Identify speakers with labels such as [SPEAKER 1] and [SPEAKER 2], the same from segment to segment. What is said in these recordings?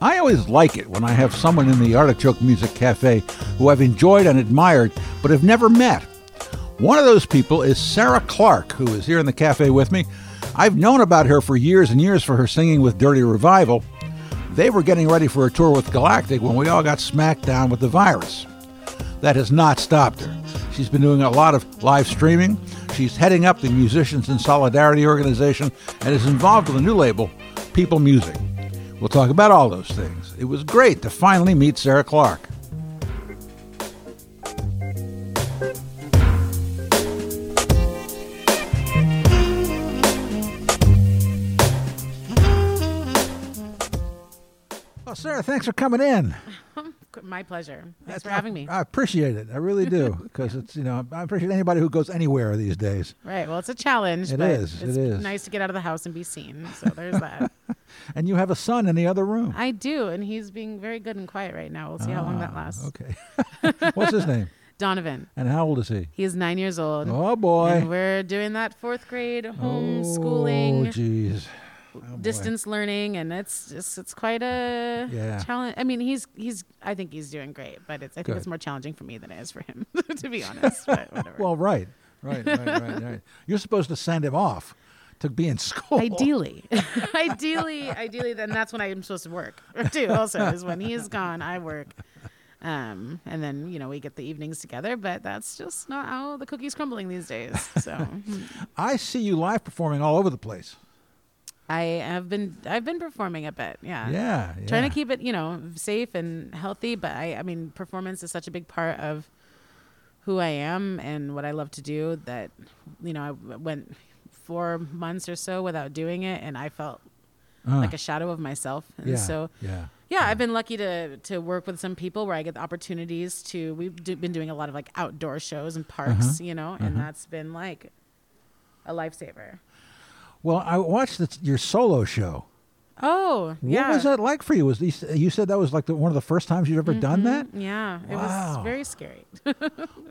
[SPEAKER 1] always like it when I have someone in the Artichoke Music Cafe who I've enjoyed and admired but have never met. One of those people is Sarah Clark, who is here in the cafe with me. I've known about her for years and years for her singing with Dirty Revival. They were getting ready for a tour with Galactic when we all got smacked down with the virus. That has not stopped her. She's been doing a lot of live streaming. She's heading up the Musicians in Solidarity organization and is involved with a new label, People Music. We'll talk about all those things. It was great to finally meet Sarah Clark. Well, Sarah, thanks for coming in.
[SPEAKER 2] My pleasure. Thanks
[SPEAKER 1] That's- uh,
[SPEAKER 2] for
[SPEAKER 1] I-
[SPEAKER 2] having me.
[SPEAKER 1] I appreciate it. I really do because it's you know I appreciate anybody who goes anywhere these days.
[SPEAKER 2] Right. Well, it's a challenge.
[SPEAKER 1] It
[SPEAKER 2] but
[SPEAKER 1] is, it
[SPEAKER 2] It's
[SPEAKER 1] is.
[SPEAKER 2] nice to get out of the house and be seen. So there's that.
[SPEAKER 1] And you have a son in the other room.
[SPEAKER 2] I do, and he's being very good and quiet right now. We'll see how long that lasts.
[SPEAKER 1] Ah, Okay. What's his name?
[SPEAKER 2] Donovan.
[SPEAKER 1] And how old is he?
[SPEAKER 2] He is nine years old.
[SPEAKER 1] Oh boy.
[SPEAKER 2] And we're doing that fourth grade
[SPEAKER 1] Oh
[SPEAKER 2] homeschooling,
[SPEAKER 1] jeez. oh,
[SPEAKER 2] distance learning, and it's just it's quite a
[SPEAKER 1] Yeah.
[SPEAKER 2] challenge. I mean, he's he's I think he's doing great, but it's I
[SPEAKER 1] Good.
[SPEAKER 2] think it's more challenging for me than it is for him, to be honest. But whatever.
[SPEAKER 1] Well, right, right, right, right, right. You're supposed to send him off to be in school.
[SPEAKER 2] Ideally, ideally, ideally, then that's when I'm supposed to work too. Also, is when he is gone, I work, um, and then you know we get the evenings together. But that's just not how the cookie's crumbling these days. So
[SPEAKER 1] I see you live performing all over the place.
[SPEAKER 2] I have been I've been performing a bit, yeah,
[SPEAKER 1] Yeah. yeah.
[SPEAKER 2] trying to keep it you know safe and healthy. But I, I mean, performance is such a big part of who I am and what I love to do that you know I w- went four months or so without doing it, and I felt
[SPEAKER 1] Uh,
[SPEAKER 2] like a shadow of myself. And
[SPEAKER 1] yeah,
[SPEAKER 2] so
[SPEAKER 1] yeah.
[SPEAKER 2] yeah, I've been lucky to to work with some people where I get the opportunities to. We've do, been doing a lot of like outdoor shows and
[SPEAKER 1] Uh-huh.
[SPEAKER 2] parks, you know, and that's been like a lifesaver.
[SPEAKER 1] Well, I watched the, your solo show.
[SPEAKER 2] Oh, yeah.
[SPEAKER 1] What was that like for you? Was these, you said that was like the, one of the first times you'd ever
[SPEAKER 2] Mm-hmm.
[SPEAKER 1] done that?
[SPEAKER 2] Mm, Yeah, it
[SPEAKER 1] Wow.
[SPEAKER 2] was very scary.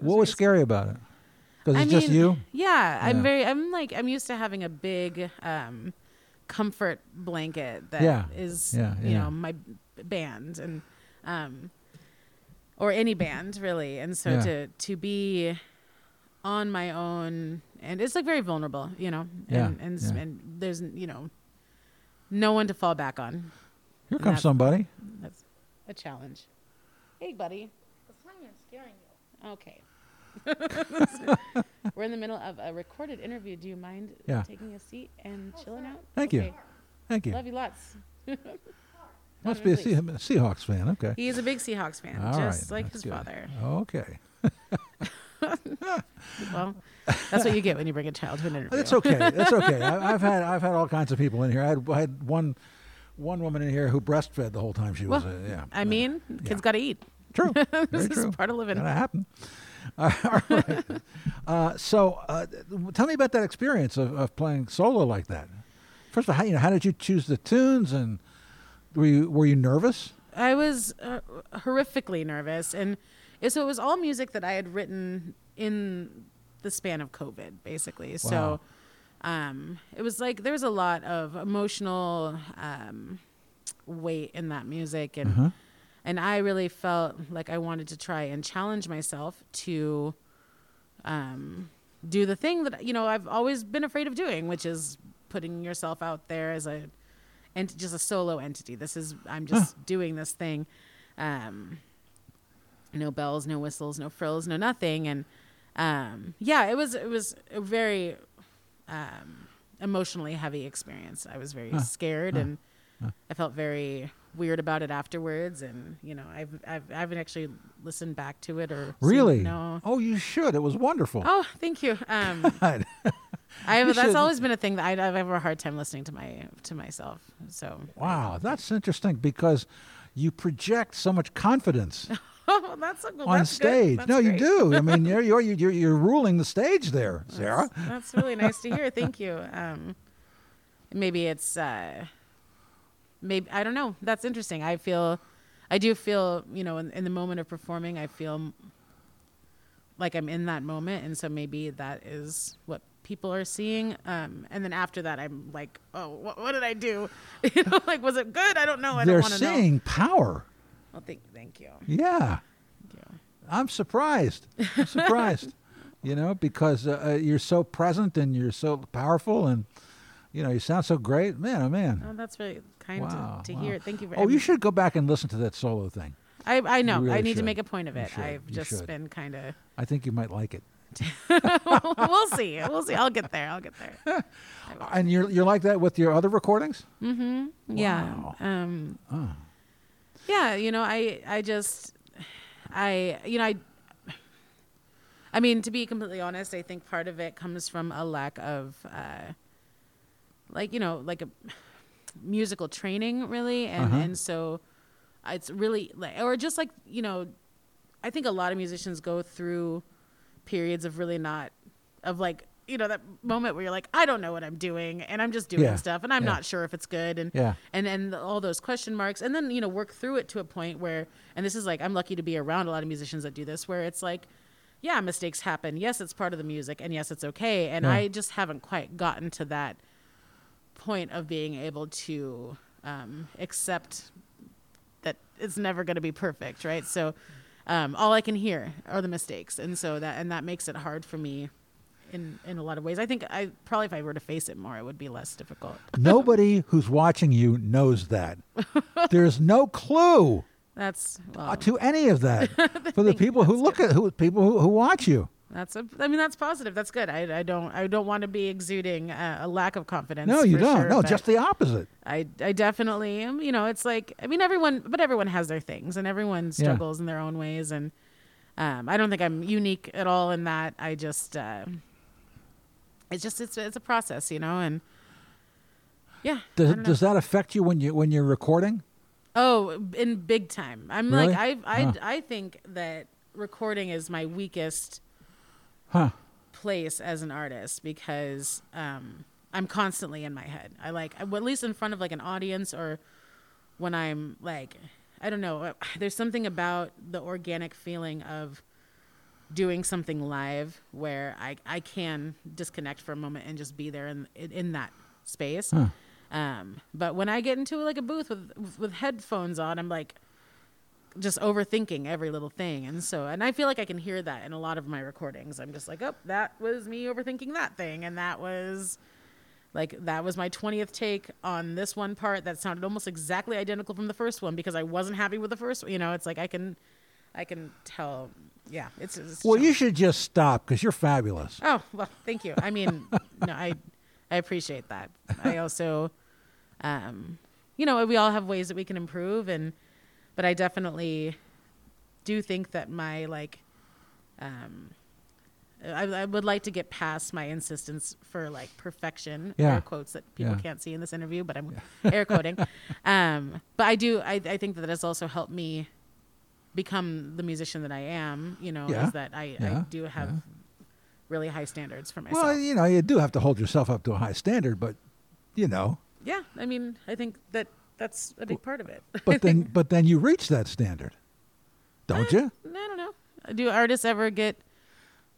[SPEAKER 1] What was scary about it? Because
[SPEAKER 2] I
[SPEAKER 1] it's
[SPEAKER 2] mean,
[SPEAKER 1] just you.
[SPEAKER 2] Yeah,
[SPEAKER 1] Yeah.
[SPEAKER 2] I'm very. I'm like. I'm used to having a big um, comfort blanket that is,
[SPEAKER 1] Yeah, yeah,
[SPEAKER 2] you
[SPEAKER 1] yeah.
[SPEAKER 2] know, my b- band and um, or any band really. And so
[SPEAKER 1] Yeah.
[SPEAKER 2] to to be on my own and it's like very vulnerable, you know.
[SPEAKER 1] Yeah,
[SPEAKER 2] And and, s
[SPEAKER 1] yeah.
[SPEAKER 2] and there's you know no one to fall back on.
[SPEAKER 1] Here comes
[SPEAKER 2] that-
[SPEAKER 1] somebody.
[SPEAKER 2] That's a challenge. Hey, buddy. Okay. We're in the middle of a recorded interview. Do you mind
[SPEAKER 1] Yeah.
[SPEAKER 2] taking a seat and chilling out?
[SPEAKER 1] Thank you.
[SPEAKER 2] Okay.
[SPEAKER 1] Thank you.
[SPEAKER 2] Love you lots.
[SPEAKER 1] Must be a
[SPEAKER 2] Donovan,
[SPEAKER 1] Sea- Seahawks fan. Okay.
[SPEAKER 2] He is a big Seahawks fan,
[SPEAKER 1] All right,
[SPEAKER 2] just like
[SPEAKER 1] that's
[SPEAKER 2] his
[SPEAKER 1] good.
[SPEAKER 2] father.
[SPEAKER 1] Okay.
[SPEAKER 2] Well, that's what you get when you bring a child to an interview.
[SPEAKER 1] It's okay. It's okay. I, I've had I've had all kinds of people in here. I had, I had one one woman in here who breastfed the whole time she was.
[SPEAKER 2] Well,
[SPEAKER 1] uh, yeah.
[SPEAKER 2] I mean, kids got to eat.
[SPEAKER 1] true. Very
[SPEAKER 2] this
[SPEAKER 1] true.
[SPEAKER 2] is part of living.
[SPEAKER 1] Gotta happen. All right. uh, so, uh, tell me about that experience of, of playing solo like that. First of all, how, you know, how did you choose the tunes, and were you were you nervous?
[SPEAKER 2] I was uh, horrifically nervous, and and so it was all music that I had written in the span of COVID, basically. So, um, it was like there was a lot of emotional um, weight in that music, and and I really felt like I wanted to try and challenge myself to um, do the thing that you know I've always been afraid of doing, which is putting yourself out there as a and just a solo entity. This is I'm just doing this thing. Um, no bells, no whistles, no frills, no nothing. And um, yeah, it was it was a very um, emotionally heavy experience. I was very scared and I felt very weird about it afterwards. And you know, I've I've I haven't actually listened back to it or seen-
[SPEAKER 1] Really?
[SPEAKER 2] no.
[SPEAKER 1] Oh, you should. It was wonderful.
[SPEAKER 2] Oh, thank you. Um,
[SPEAKER 1] God.
[SPEAKER 2] I have, that's
[SPEAKER 1] should-
[SPEAKER 2] always been a thing that I, I have a hard time listening to my to myself. So
[SPEAKER 1] Wow, that's interesting because you project so much confidence
[SPEAKER 2] Oh, that's a, well,
[SPEAKER 1] on
[SPEAKER 2] that's good.
[SPEAKER 1] stage.
[SPEAKER 2] That's
[SPEAKER 1] no, you
[SPEAKER 2] great.
[SPEAKER 1] do. I mean, you're you're you're, you're ruling the stage there, Sarah.
[SPEAKER 2] That's really nice to hear. Thank you. Um, maybe it's uh, maybe I don't know. That's interesting. I feel, I do feel you know in, in the moment of performing, I feel like I'm in that moment, and so maybe that is what people are seeing. Um, and then after that, I'm like, oh, what, what did I do? you know, like, was it good? I don't know. Oh, I
[SPEAKER 1] They're
[SPEAKER 2] don't want to know.
[SPEAKER 1] seeing power.
[SPEAKER 2] Well, thank, thank you.
[SPEAKER 1] Yeah.
[SPEAKER 2] Thank you.
[SPEAKER 1] I'm surprised. I'm surprised. you know, because uh, uh, you're so present and you're so powerful and, you know, you sound so great. Man, oh, man.
[SPEAKER 2] Oh, that's really kind
[SPEAKER 1] Wow,
[SPEAKER 2] to, to
[SPEAKER 1] wow.
[SPEAKER 2] hear. Thank you very
[SPEAKER 1] Oh, you should go back and listen to that solo thing.
[SPEAKER 2] I, I know.
[SPEAKER 1] you really
[SPEAKER 2] I need
[SPEAKER 1] should.
[SPEAKER 2] to make a point of
[SPEAKER 1] You
[SPEAKER 2] it.
[SPEAKER 1] should.
[SPEAKER 2] I've
[SPEAKER 1] You
[SPEAKER 2] just
[SPEAKER 1] should.
[SPEAKER 2] been kind of.
[SPEAKER 1] I think you might like it.
[SPEAKER 2] we'll see. We'll see. I'll get there. I'll get there.
[SPEAKER 1] And you're, you're like that with your other recordings?
[SPEAKER 2] Yeah. Um, Yeah. You know, I I just I you know I I mean to be completely honest, I think part of it comes from a lack of uh, like you know like a musical training really, and
[SPEAKER 1] Uh-huh.
[SPEAKER 2] and so it's really like or just like you know I think a lot of musicians go through periods of really not of like you know that moment where you're like I don't know what I'm doing and I'm just doing
[SPEAKER 1] Yeah.
[SPEAKER 2] stuff and I'm
[SPEAKER 1] Yeah.
[SPEAKER 2] not sure if it's good and
[SPEAKER 1] Yeah.
[SPEAKER 2] and and all those question marks and then you know work through it to a point where and this is like I'm lucky to be around a lot of musicians that do this where it's like yeah mistakes happen yes it's part of the music and yes it's okay and
[SPEAKER 1] Yeah.
[SPEAKER 2] I just haven't quite gotten to that point of being able to um, accept that it's never going to be perfect, right? So um, all I can hear are the mistakes, and so that and that makes it hard for me in in a lot of ways. I think I probably if I were to face it more, it would be less difficult.
[SPEAKER 1] Nobody who's watching you knows that. There's no clue
[SPEAKER 2] That's well,
[SPEAKER 1] uh, to any of that for the people who look at who people who, who watch you.
[SPEAKER 2] that's a, I mean that's positive. That's good. I, I don't I don't want to be exuding uh, a lack of confidence.
[SPEAKER 1] No, you
[SPEAKER 2] for
[SPEAKER 1] don't.
[SPEAKER 2] sure,
[SPEAKER 1] no,
[SPEAKER 2] but
[SPEAKER 1] just the opposite.
[SPEAKER 2] I I definitely am. You know, it's like I mean everyone, but everyone has their things, and everyone struggles in their own ways, and um, I don't think I'm unique at all in that. I just uh, it's just it's it's a process, you know, and yeah. I
[SPEAKER 1] Does,
[SPEAKER 2] don't know.
[SPEAKER 1] does that affect you when you when you're recording?
[SPEAKER 2] Oh, in big time. I'm
[SPEAKER 1] Really?
[SPEAKER 2] like I I
[SPEAKER 1] Huh.
[SPEAKER 2] I think that recording is my weakest
[SPEAKER 1] Huh.
[SPEAKER 2] place as an artist because um, I'm constantly in my head. I like, well, at least in front of like an audience or when I'm like, I don't know. uh, There's something about the organic feeling of doing something live where I, I can disconnect for a moment and just be there in in, in that space. Um, but when I get into like a booth with with headphones on, I'm like just overthinking every little thing. And so, and I feel like I can hear that in a lot of my recordings. I'm just like, oh, that was me overthinking that thing. And that was like, that was my 20th take on this one part that sounded almost exactly identical from the first one because I wasn't happy with the first one. You know, it's like I can, I can tell. Yeah. It's, it's
[SPEAKER 1] Well, you should just stop because you're fabulous.
[SPEAKER 2] Oh, well, thank you. I mean, no, I I appreciate that. I also um you know, we all have ways that we can improve and but I definitely do think that my like um I, I would like to get past my insistence for like perfection
[SPEAKER 1] Yeah.
[SPEAKER 2] air quotes that people
[SPEAKER 1] Yeah.
[SPEAKER 2] can't see in this interview but i'm air quoting um, but i do I, I think that that has also helped me become the musician that i am you know
[SPEAKER 1] Yeah.
[SPEAKER 2] is that I,
[SPEAKER 1] Yeah.
[SPEAKER 2] I do have really high standards for myself.
[SPEAKER 1] Well, you know, you do have to hold yourself up to a high standard, but you know,
[SPEAKER 2] yeah, I mean, I think that that's a big part of it. I
[SPEAKER 1] but then
[SPEAKER 2] think-
[SPEAKER 1] but then you reach that standard, don't you?
[SPEAKER 2] I don't know. Do artists ever get?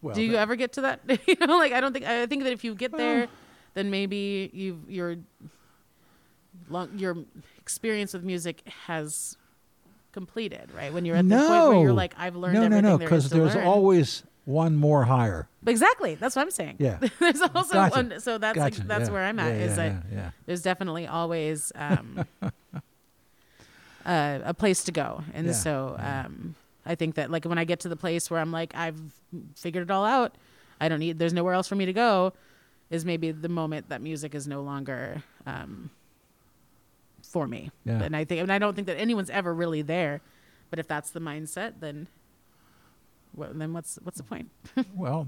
[SPEAKER 1] Well,
[SPEAKER 2] do you
[SPEAKER 1] that-
[SPEAKER 2] ever get to that? you know, like I don't think. I think that if you get there, then maybe you your long your experience with music has completed. Right when you're at the point where you're
[SPEAKER 1] No.
[SPEAKER 2] like, I've learned
[SPEAKER 1] no, no,
[SPEAKER 2] everything
[SPEAKER 1] no,
[SPEAKER 2] there is to
[SPEAKER 1] there's
[SPEAKER 2] learn.
[SPEAKER 1] always one more higher.
[SPEAKER 2] exactly that's what I'm saying.
[SPEAKER 1] Yeah.
[SPEAKER 2] there's also
[SPEAKER 1] Gotcha.
[SPEAKER 2] one. So that's like,
[SPEAKER 1] Gotcha,
[SPEAKER 2] that's
[SPEAKER 1] yeah.
[SPEAKER 2] where I'm at.
[SPEAKER 1] Yeah,
[SPEAKER 2] is
[SPEAKER 1] yeah,
[SPEAKER 2] that
[SPEAKER 1] yeah, yeah.
[SPEAKER 2] there's definitely always um, uh, a place to go. And
[SPEAKER 1] Yeah,
[SPEAKER 2] so um, I think that like when I get to the place where I'm like, I've figured it all out, I don't need, there's nowhere else for me to go, is maybe the moment that music is no longer um, for me.
[SPEAKER 1] Yeah.
[SPEAKER 2] And I think, and I don't think that anyone's ever really there, but if that's the mindset, then. What, then what's what's the point?
[SPEAKER 1] Well,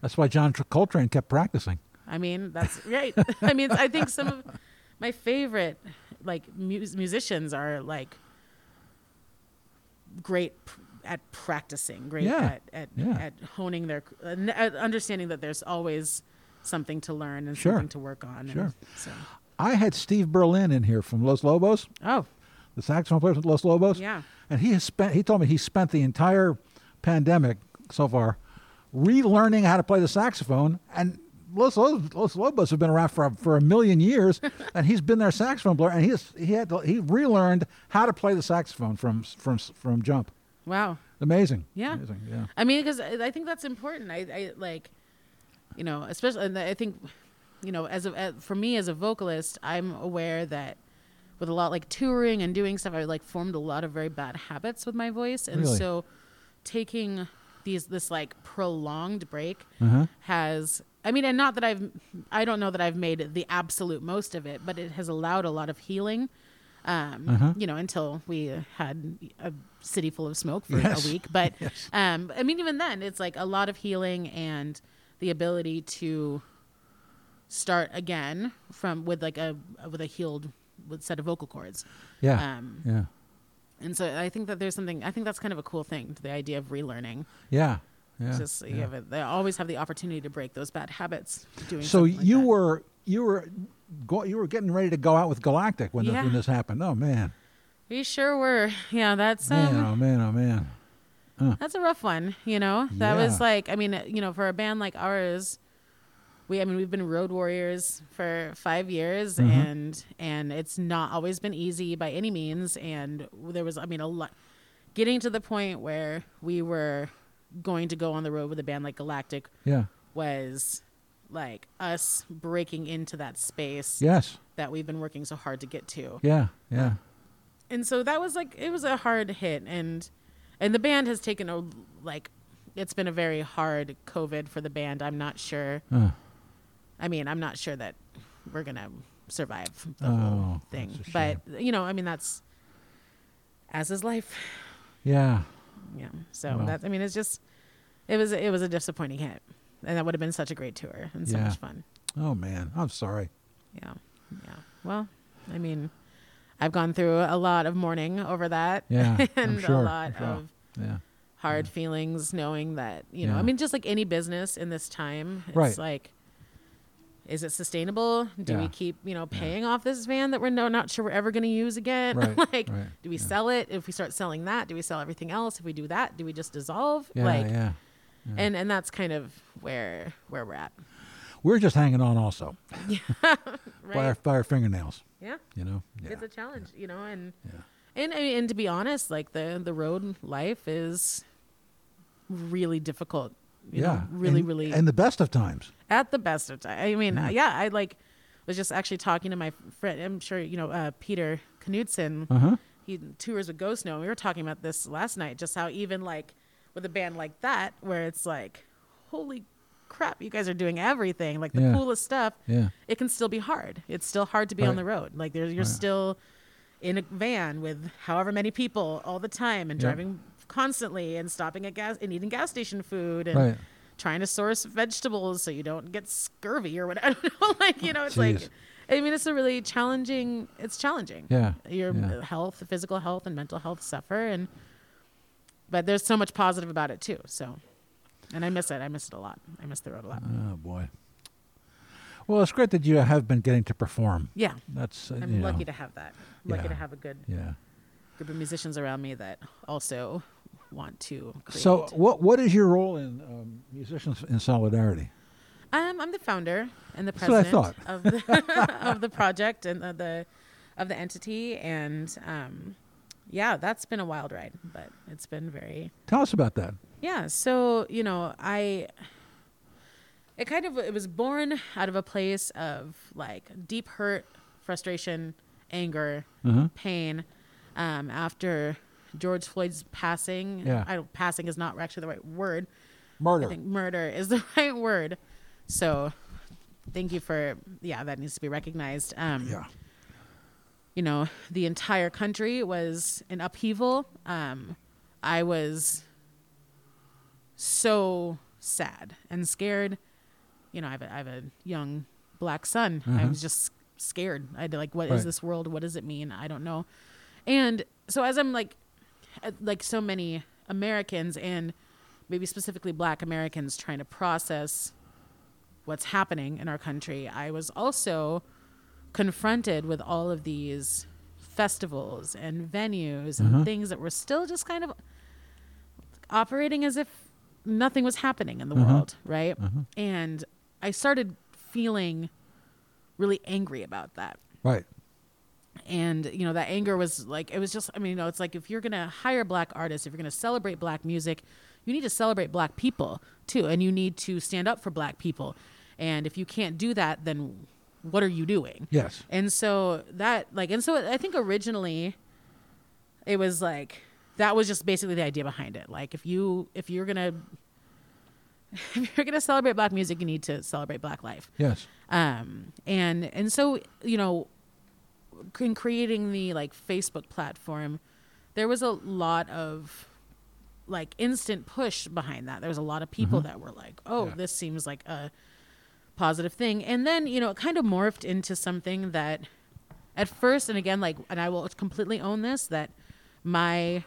[SPEAKER 1] that's why John Tr- Coltrane kept practicing.
[SPEAKER 2] I mean, that's right. I mean, I think some of my favorite like mus- musicians are like great p- at practicing, great
[SPEAKER 1] Yeah.
[SPEAKER 2] at at,
[SPEAKER 1] Yeah.
[SPEAKER 2] at honing their uh, n- at understanding that there's always something to learn and
[SPEAKER 1] Sure.
[SPEAKER 2] something to work on. and
[SPEAKER 1] Sure.
[SPEAKER 2] so-
[SPEAKER 1] I had Steve Berlin in here from Los Lobos,
[SPEAKER 2] oh,
[SPEAKER 1] the saxophone player from Los Lobos.
[SPEAKER 2] Yeah.
[SPEAKER 1] and he has spent. He told me he spent the entire pandemic so far relearning how to play the saxophone and Los, Los, Los Lobos have been around for, for a million years, and he's been their saxophone player, and he's he had to, he relearned how to play the saxophone from from from jump.
[SPEAKER 2] Wow.
[SPEAKER 1] Amazing.
[SPEAKER 2] Yeah.
[SPEAKER 1] Amazing. Yeah.
[SPEAKER 2] I mean, because I I think that's important. I, I like, you know, especially, and I think, you know, as, a, as for me as a vocalist, I'm aware that with a lot like touring and doing stuff, I like formed a lot of very bad habits with my voice, and
[SPEAKER 1] Really?
[SPEAKER 2] so taking these this like prolonged break
[SPEAKER 1] Uh-huh.
[SPEAKER 2] has. I mean, and not that I've, I don't know that I've made the absolute most of it, but it has allowed a lot of healing. Um,
[SPEAKER 1] Uh-huh.
[SPEAKER 2] You know, until we had a city full of smoke for
[SPEAKER 1] Yes.
[SPEAKER 2] a week, but
[SPEAKER 1] Yes.
[SPEAKER 2] um, I mean, even then, it's like a lot of healing and the ability to start again from with like a with a healed with set of vocal cords.
[SPEAKER 1] Yeah.
[SPEAKER 2] Um,
[SPEAKER 1] yeah.
[SPEAKER 2] And so I think that there's something I think that's kind of a cool thing the idea of relearning.
[SPEAKER 1] Yeah. Yeah.
[SPEAKER 2] It's just you
[SPEAKER 1] yeah.
[SPEAKER 2] have a, they always have the opportunity to break those bad habits. Doing
[SPEAKER 1] So
[SPEAKER 2] something like
[SPEAKER 1] you
[SPEAKER 2] that.
[SPEAKER 1] were you were go, you were getting ready to go out with Galactic when, the,
[SPEAKER 2] Yeah.
[SPEAKER 1] when this happened. Oh man.
[SPEAKER 2] we sure were yeah that's um,
[SPEAKER 1] Man, oh man, oh man.
[SPEAKER 2] That's a rough one, you know. That
[SPEAKER 1] Yeah.
[SPEAKER 2] was like, I mean, uh, you know, for a band like ours, we, I mean, we've been road warriors for five years, and and it's not always been easy by any means. And there was, I mean, a lot getting to the point where we were going to go on the road with a band like Galactic
[SPEAKER 1] Yeah.
[SPEAKER 2] was like us breaking into that space
[SPEAKER 1] Yes.
[SPEAKER 2] that we've been working so hard to get to
[SPEAKER 1] Yeah. Yeah.
[SPEAKER 2] and so that was like it was a hard hit and and the band has taken a like it's been a very hard covid for the band i'm not sure
[SPEAKER 1] Uh,
[SPEAKER 2] i mean i'm not sure that we're gonna survive the
[SPEAKER 1] Oh,
[SPEAKER 2] whole thing
[SPEAKER 1] that's a
[SPEAKER 2] but you know i mean that's as is life
[SPEAKER 1] yeah.
[SPEAKER 2] yeah so
[SPEAKER 1] Well.
[SPEAKER 2] that i mean it's just it was it was a disappointing hit and that would have been such a great tour and so
[SPEAKER 1] Yeah.
[SPEAKER 2] much fun
[SPEAKER 1] Oh man, I'm sorry.
[SPEAKER 2] yeah yeah well i mean i've gone through a lot of mourning over that
[SPEAKER 1] Yeah, I'm
[SPEAKER 2] and
[SPEAKER 1] sure,
[SPEAKER 2] a lot
[SPEAKER 1] I'm sure.
[SPEAKER 2] of
[SPEAKER 1] Yeah.
[SPEAKER 2] hard feelings knowing that you know
[SPEAKER 1] Yeah.
[SPEAKER 2] i mean just like any business in this time it's
[SPEAKER 1] Right.
[SPEAKER 2] like is it sustainable do
[SPEAKER 1] Yeah.
[SPEAKER 2] we keep you know paying off this van that we're no, not sure we're ever going to use again
[SPEAKER 1] Right,
[SPEAKER 2] like
[SPEAKER 1] right,
[SPEAKER 2] do we
[SPEAKER 1] yeah.
[SPEAKER 2] sell it if we start selling that do we sell everything else if we do that do we just dissolve
[SPEAKER 1] Yeah.
[SPEAKER 2] like
[SPEAKER 1] yeah.
[SPEAKER 2] and and that's kind of where where we're at
[SPEAKER 1] We're just hanging on also
[SPEAKER 2] right
[SPEAKER 1] by our by our fingernails.
[SPEAKER 2] yeah.
[SPEAKER 1] You know. Yeah.
[SPEAKER 2] it's a challenge you know and
[SPEAKER 1] Yeah.
[SPEAKER 2] and I mean, and to be honest like the the road life is really difficult you know,
[SPEAKER 1] yeah.
[SPEAKER 2] really
[SPEAKER 1] and,
[SPEAKER 2] really
[SPEAKER 1] And the best of times.
[SPEAKER 2] at the best of time. I mean,
[SPEAKER 1] Yeah.
[SPEAKER 2] yeah, I like was just actually talking to my friend. I'm sure you know uh, Peter Knudsen.
[SPEAKER 1] Uh huh.
[SPEAKER 2] He tours with Ghost Snow. We were talking about this last night, just how even like with a band like that, where it's like, holy crap, you guys are doing everything, like the
[SPEAKER 1] Yeah.
[SPEAKER 2] coolest stuff.
[SPEAKER 1] Yeah.
[SPEAKER 2] It can still be hard. It's still hard to be
[SPEAKER 1] Right.
[SPEAKER 2] on the road. Like there, you're
[SPEAKER 1] Right.
[SPEAKER 2] still in a van with however many people all the time
[SPEAKER 1] Yep.
[SPEAKER 2] and driving constantly and stopping at gas and eating gas station food and
[SPEAKER 1] Right.
[SPEAKER 2] trying to source vegetables so you don't get scurvy or whatever. I don't know. like you know, it's like
[SPEAKER 1] Jeez.
[SPEAKER 2] I mean, it's a really challenging. It's challenging.
[SPEAKER 1] Yeah,
[SPEAKER 2] your
[SPEAKER 1] yeah.
[SPEAKER 2] health, physical health, and mental health suffer, and but there's so much positive about it too. So, and I miss it. I miss it a lot. I miss the road a lot.
[SPEAKER 1] Oh boy. Well, it's great that you have been getting to perform.
[SPEAKER 2] yeah,
[SPEAKER 1] That's uh, you
[SPEAKER 2] I'm
[SPEAKER 1] know,
[SPEAKER 2] lucky to have that. I'm Lucky
[SPEAKER 1] Yeah.
[SPEAKER 2] to have a good
[SPEAKER 1] Yeah.
[SPEAKER 2] group of musicians around me that also want to. Create.
[SPEAKER 1] So, what what is your role in um, musicians in solidarity?
[SPEAKER 2] Um, I'm the founder and the
[SPEAKER 1] That's what I
[SPEAKER 2] president of the of the project and of the of the entity, and um, yeah, that's been a wild ride, but it's been very
[SPEAKER 1] Tell us about that.
[SPEAKER 2] yeah. So you know, I it kind of it was born out of a place of like deep hurt, frustration, anger,
[SPEAKER 1] Uh-huh.
[SPEAKER 2] pain um, after George Floyd's passing.
[SPEAKER 1] Yeah.
[SPEAKER 2] I don't, passing is not actually the right word. I
[SPEAKER 1] Murder.
[SPEAKER 2] think murder is the right word. So thank you for yeah, that needs to be recognized. Um
[SPEAKER 1] Yeah.
[SPEAKER 2] you know, the entire country was in upheaval. Um I was so sad and scared. You know, I have a, I have a young black son. I
[SPEAKER 1] Mhm.
[SPEAKER 2] was just scared. I had to, like, what is
[SPEAKER 1] Right.
[SPEAKER 2] this world? What does it mean? I don't know. And so as I'm like, uh, like so many Americans and maybe specifically Black Americans trying to process what's happening in our country, I was also confronted with all of these festivals and venues and things that were still just kind of operating as if nothing was happening in the world, right? And I started feeling really angry about that.
[SPEAKER 1] Right.
[SPEAKER 2] And, you know, that anger was like, it was just, I mean, you know, it's like if you're going to hire black artists, if you're going to celebrate black music, you need to celebrate black people too. And you need to stand up for black people. And if you can't do that, then what are you doing?
[SPEAKER 1] Yes.
[SPEAKER 2] And so that, like, and so I think originally it was like, that was just basically the idea behind it. Like, if you, if you're going to, if you're going to celebrate black music, you need to celebrate black life
[SPEAKER 1] Yes.
[SPEAKER 2] um, and and so you know in creating the like facebook platform there was a lot of like instant push behind that there was a lot of people that were like oh
[SPEAKER 1] Yeah.
[SPEAKER 2] this seems like a positive thing and then you know it kind of morphed into something that at first and again like and i will completely own this that my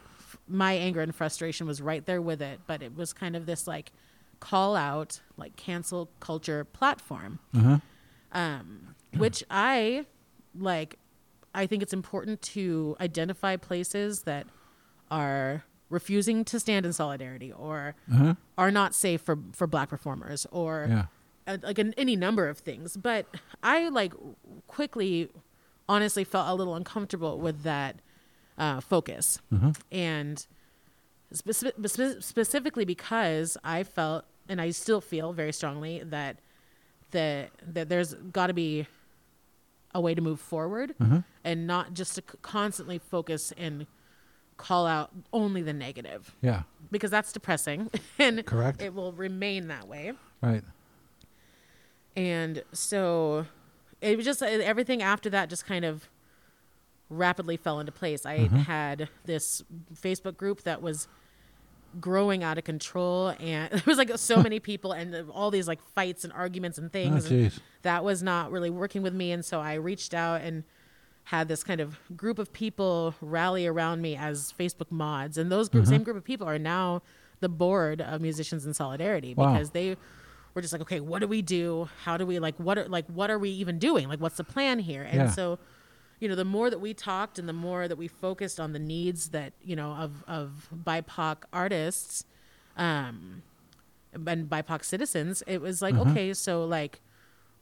[SPEAKER 2] my anger and frustration was right there with it but it was kind of this like call out like cancel culture platform um, which I like. I think it's important to identify places that are refusing to stand in solidarity or are not safe for for black performers or
[SPEAKER 1] Yeah.
[SPEAKER 2] uh, like an, any number of things. But I like quickly, honestly, felt a little uncomfortable with that uh, focus and. Spec- spe- specifically because I felt and I still feel very strongly that that that there's got to be a way to move forward and not just to c- constantly focus and call out only the negative
[SPEAKER 1] Yeah.
[SPEAKER 2] because that's depressing and
[SPEAKER 1] Correct.
[SPEAKER 2] it will remain that way
[SPEAKER 1] Right.
[SPEAKER 2] and so it was just uh, everything after that just kind of rapidly fell into place i
[SPEAKER 1] Mm-hmm.
[SPEAKER 2] had this facebook group that was growing out of control and there was like so many people and all these like fights and arguments and
[SPEAKER 1] Oh,
[SPEAKER 2] things and
[SPEAKER 1] jeez.
[SPEAKER 2] that was not really working with me and so i reached out and had this kind of group of people rally around me as facebook mods and those
[SPEAKER 1] Mm-hmm.
[SPEAKER 2] group, same group of people are now the board of musicians in solidarity
[SPEAKER 1] Wow.
[SPEAKER 2] because they were just like okay what do we do how do we like what are like what are we even doing like what's the plan here and
[SPEAKER 1] Yeah.
[SPEAKER 2] so you know the more that we talked and the more that we focused on the needs that you know of of bipoc artists um and BIPOC citizens, it was like, okay, so like,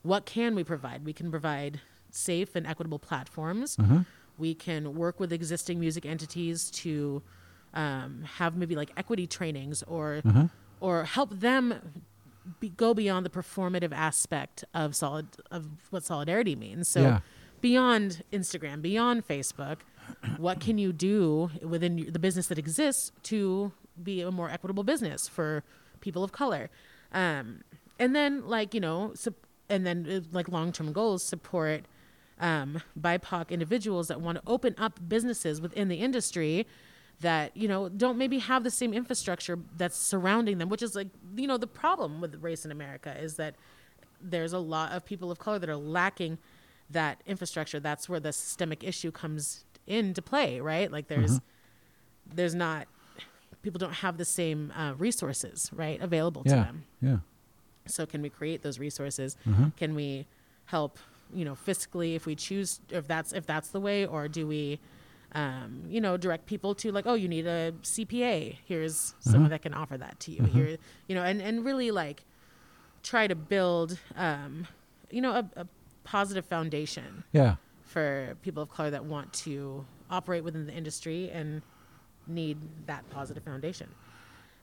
[SPEAKER 2] what can we provide? We can provide safe and equitable platforms. We can work with existing music entities to um, have maybe like equity trainings or or help them be, go beyond the performative aspect of solid of what solidarity means. So
[SPEAKER 1] Yeah.
[SPEAKER 2] beyond Instagram, beyond Facebook, what can you do within your- the business that exists to be a more equitable business for people of color? Um, and then, like, you know, sup- and then uh, like long term goals support um, BIPOC individuals that want to open up businesses within the industry that you know don't maybe have the same infrastructure that's surrounding them which is like you know the problem with race in america is that there's a lot of people of color that are lacking that infrastructure that's where the systemic issue comes into play right like there's there's not people don't have the same uh, resources right available to
[SPEAKER 1] Yeah.
[SPEAKER 2] them
[SPEAKER 1] Yeah.
[SPEAKER 2] so can we create those resources can we help you know fiscally if we choose if that's if that's the way or do we um, you know direct people to like oh you need a cpa here's someone that can offer that to you here you know and and really like try to build um, you know a, a positive foundation
[SPEAKER 1] Yeah.
[SPEAKER 2] for people of color that want to operate within the industry and need that positive foundation.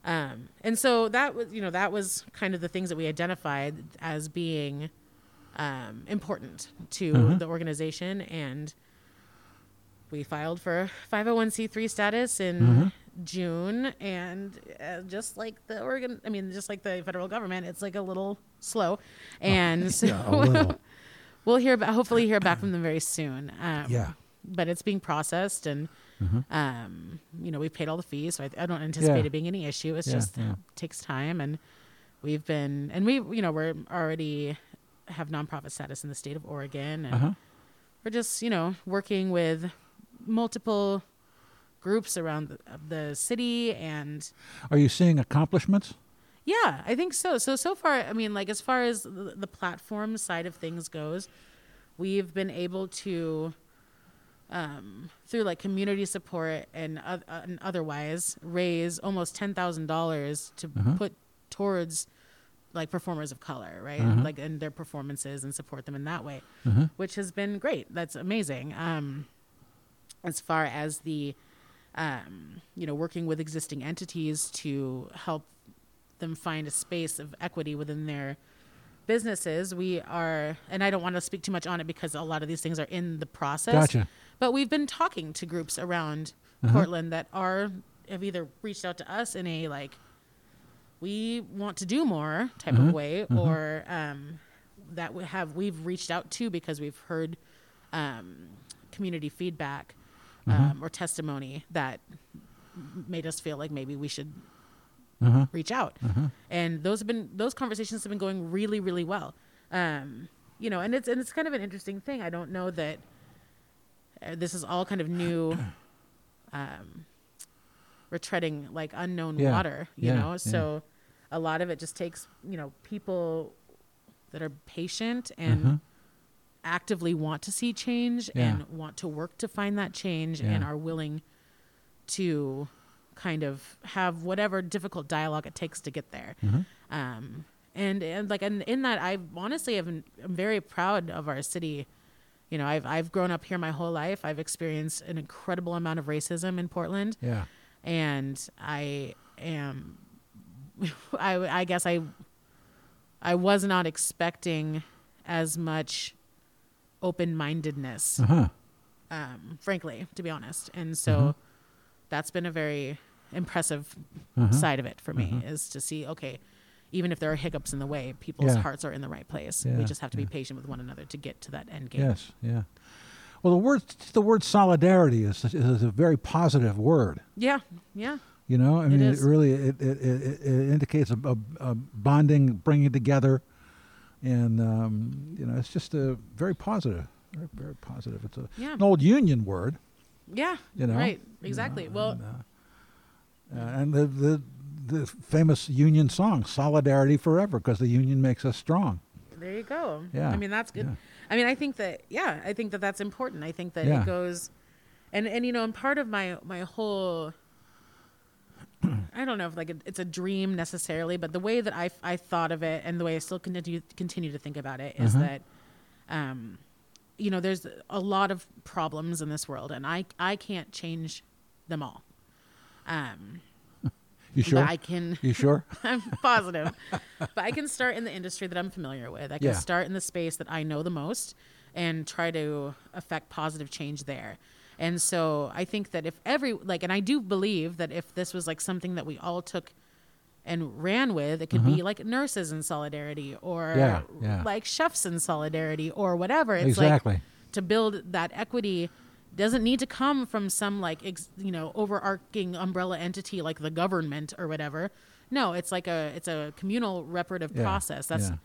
[SPEAKER 2] Um, and so that was, you know, that was kind of the things that we identified as being um, important to
[SPEAKER 1] Mm-hmm.
[SPEAKER 2] the organization, and we filed for 501c3 status in
[SPEAKER 1] Mm-hmm.
[SPEAKER 2] June. And uh, just like the Oregon, I mean, just like the federal government, it's like a little slow, and so
[SPEAKER 1] Oh, Yeah. A little.
[SPEAKER 2] we'll hear about hopefully hear back from them very soon um,
[SPEAKER 1] Yeah. Mm-hmm.
[SPEAKER 2] but it's being processed and um, you know we've paid all the fees so i, I don't anticipate
[SPEAKER 1] Yeah.
[SPEAKER 2] it being any issue it's
[SPEAKER 1] Yeah,
[SPEAKER 2] just
[SPEAKER 1] yeah.
[SPEAKER 2] takes time and we've been and we you know we're already have nonprofit status in the state of oregon and
[SPEAKER 1] Uh-huh.
[SPEAKER 2] we're just you know working with multiple groups around the, of the city and
[SPEAKER 1] Are you seeing accomplishments?
[SPEAKER 2] yeah, I think so. So so far, I mean, like as far as the, the platform side of things goes, we've been able to, um, through like community support and, oth- uh, and otherwise, raise almost ten thousand dollars to put towards like performers of color, right? Like in their performances and support them in that way, which has been great. That's amazing. Um, as far as the, um, you know, working with existing entities to help them find a space of equity within their businesses. We are, and I don't want to speak too much on it because a lot of these things are in the process.
[SPEAKER 1] Gotcha.
[SPEAKER 2] But we've been talking to groups around Portland that are have either reached out to us in a like we want to do more type of way or um, that we have we've reached out to because we've heard um, community feedback
[SPEAKER 1] Mm-hmm.
[SPEAKER 2] um, or testimony that m- made us feel like maybe we should
[SPEAKER 1] Mm-hmm.
[SPEAKER 2] reach out and those have been those conversations have been going really really well um, you know and it's and it's kind of an interesting thing i don't know that uh, this is all kind of new um, we're treading like unknown
[SPEAKER 1] Yeah,
[SPEAKER 2] water you
[SPEAKER 1] yeah,
[SPEAKER 2] know
[SPEAKER 1] yeah.
[SPEAKER 2] so a lot of it just takes you know people that are patient and actively want to see change
[SPEAKER 1] Mm-hmm. Yeah.
[SPEAKER 2] and want to work to find that change
[SPEAKER 1] Yeah.
[SPEAKER 2] and are willing to kind of have whatever difficult dialogue it takes to get there.
[SPEAKER 1] Mm-hmm.
[SPEAKER 2] Um, and and like and in that I honestly have been- I'm very proud of our city. You know, I've I've grown up here my whole life. I've experienced an incredible amount of racism in Portland
[SPEAKER 1] Yeah.
[SPEAKER 2] and I am I I guess I I was not expecting as much open-mindedness
[SPEAKER 1] Huh.
[SPEAKER 2] um frankly to be honest and so
[SPEAKER 1] Mm-hmm.
[SPEAKER 2] that's been a very impressive
[SPEAKER 1] Mm-hmm.
[SPEAKER 2] side of it for me is to see okay even if there are hiccups in the way people's
[SPEAKER 1] Yeah.
[SPEAKER 2] hearts are in the right place
[SPEAKER 1] Yeah,
[SPEAKER 2] we just have to be patient with one another to get to that end game
[SPEAKER 1] Yes. Yeah. Well, the word the word solidarity is is a very positive word.
[SPEAKER 2] yeah yeah
[SPEAKER 1] You know, I mean, it,
[SPEAKER 2] is.
[SPEAKER 1] really it, it, it, it indicates a, a, a bonding, bringing together, and um, you know, it's just a very positive, very, very positive. It's a,
[SPEAKER 2] Yeah.
[SPEAKER 1] an old Union word,
[SPEAKER 2] yeah
[SPEAKER 1] You know?
[SPEAKER 2] right exactly well
[SPEAKER 1] uh, and the, the the famous Union song "Solidarity Forever" because the Union makes us strong.
[SPEAKER 2] There you go.
[SPEAKER 1] Yeah,
[SPEAKER 2] I mean, that's good.
[SPEAKER 1] yeah.
[SPEAKER 2] I mean, I think that yeah, I think that that's important. I think that
[SPEAKER 1] Yeah.
[SPEAKER 2] it goes, and and you know, and part of my my whole. I don't know if like it, it's a dream necessarily, but the way that I I thought of it and the way I still continue continue to think about it
[SPEAKER 1] Uh-huh.
[SPEAKER 2] is that, um, you know, there's a lot of problems in this world, and I I can't change them all. Um,
[SPEAKER 1] You sure?
[SPEAKER 2] but I can.
[SPEAKER 1] you sure?
[SPEAKER 2] I'm positive. but I can start in the industry that I'm familiar with. I can
[SPEAKER 1] Yeah.
[SPEAKER 2] start in the space that I know the most and try to affect positive change there. And so I think that if every like and I do believe that if this was like something that we all took and ran with, it could be like nurses in solidarity or
[SPEAKER 1] Uh-huh. Yeah, yeah.
[SPEAKER 2] like chefs in solidarity or whatever. It's
[SPEAKER 1] Exactly.
[SPEAKER 2] like to build that equity doesn't need to come from some like ex, you know overarching umbrella entity like the government or whatever no it's like a it's a communal reparative
[SPEAKER 1] Yeah,
[SPEAKER 2] process that's
[SPEAKER 1] yeah.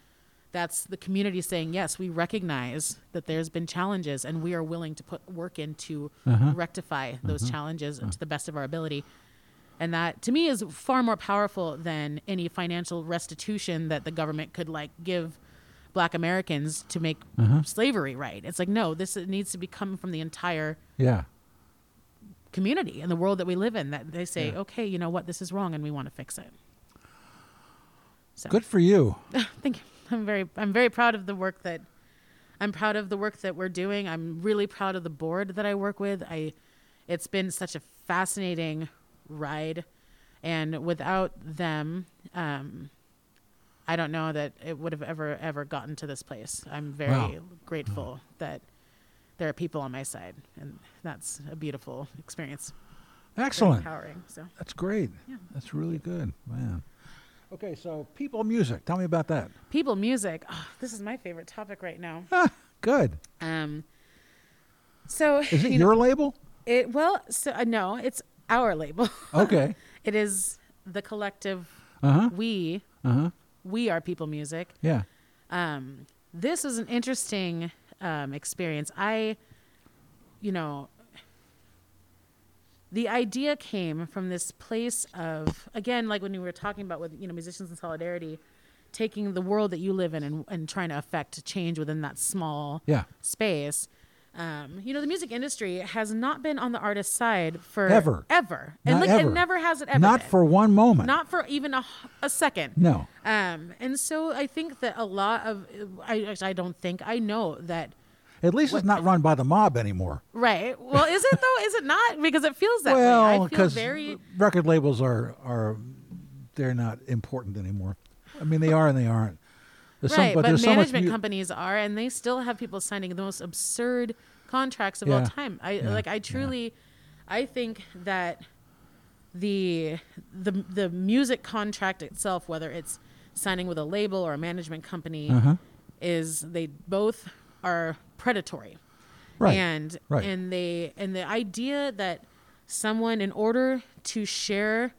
[SPEAKER 2] that's the community saying yes we recognize that there's been challenges and we are willing to put work in to
[SPEAKER 1] Uh-huh.
[SPEAKER 2] rectify those challenges to the best of our ability and that to me is far more powerful than any financial restitution that the government could like give black americans to make
[SPEAKER 1] Uh-huh.
[SPEAKER 2] slavery right it's like no this needs to be coming from the entire
[SPEAKER 1] yeah.
[SPEAKER 2] community and the world that we live in that they say
[SPEAKER 1] Yeah.
[SPEAKER 2] okay you know what this is wrong and we want to fix it so
[SPEAKER 1] Good for you.
[SPEAKER 2] thank you i'm very i'm very proud of the work that i'm proud of the work that we're doing i'm really proud of the board that i work with i it's been such a fascinating ride and without them um i don't know that it would have ever ever gotten to this place i'm very
[SPEAKER 1] Wow.
[SPEAKER 2] grateful that there are people on my side and that's a beautiful experience very
[SPEAKER 1] Excellent.
[SPEAKER 2] empowering so
[SPEAKER 1] That's great. That's really good, man. Okay, so people music. Tell me about that.
[SPEAKER 2] people music oh, this is my favorite topic right now
[SPEAKER 1] Ah, good.
[SPEAKER 2] um so
[SPEAKER 1] Is it
[SPEAKER 2] you know-
[SPEAKER 1] your label?
[SPEAKER 2] It well, so uh, no, it's our label.
[SPEAKER 1] Okay.
[SPEAKER 2] it is the collective.
[SPEAKER 1] Uh huh.
[SPEAKER 2] We
[SPEAKER 1] Uh huh.
[SPEAKER 2] we are people music.
[SPEAKER 1] Yeah.
[SPEAKER 2] Um, this was an interesting um, experience. I, you know, the idea came from this place of again, like when we were talking about with you know musicians in solidarity, taking the world that you live in and, and trying to affect change within that small
[SPEAKER 1] Yeah.
[SPEAKER 2] space. um, you know, the music industry has not been on the artist's side for
[SPEAKER 1] Ever.
[SPEAKER 2] ever, and
[SPEAKER 1] Not
[SPEAKER 2] look,
[SPEAKER 1] ever.
[SPEAKER 2] it never has it ever.
[SPEAKER 1] Not
[SPEAKER 2] been.
[SPEAKER 1] for one moment.
[SPEAKER 2] not for even a, h- a second.
[SPEAKER 1] No.
[SPEAKER 2] Um, and so I think that a lot of I actually I don't think I know that.
[SPEAKER 1] At least it's not run by the mob anymore.
[SPEAKER 2] Right. Well, is it though? is it not? Because it feels that way.
[SPEAKER 1] Well,
[SPEAKER 2] I feel
[SPEAKER 1] because
[SPEAKER 2] very
[SPEAKER 1] record labels are are they're not important anymore. I mean, they are and they aren't. There's
[SPEAKER 2] right, but,
[SPEAKER 1] there's so much
[SPEAKER 2] management
[SPEAKER 1] mu-
[SPEAKER 2] companies are, and they still have people signing the most absurd contracts of
[SPEAKER 1] Yeah.
[SPEAKER 2] all time. I
[SPEAKER 1] Yeah.
[SPEAKER 2] like. I truly, I think that the the the music contract itself, whether it's signing with a label or a management company,
[SPEAKER 1] Uh-huh.
[SPEAKER 2] is they both are predatory.
[SPEAKER 1] right?
[SPEAKER 2] and
[SPEAKER 1] right.
[SPEAKER 2] and they and the idea that someone in order to share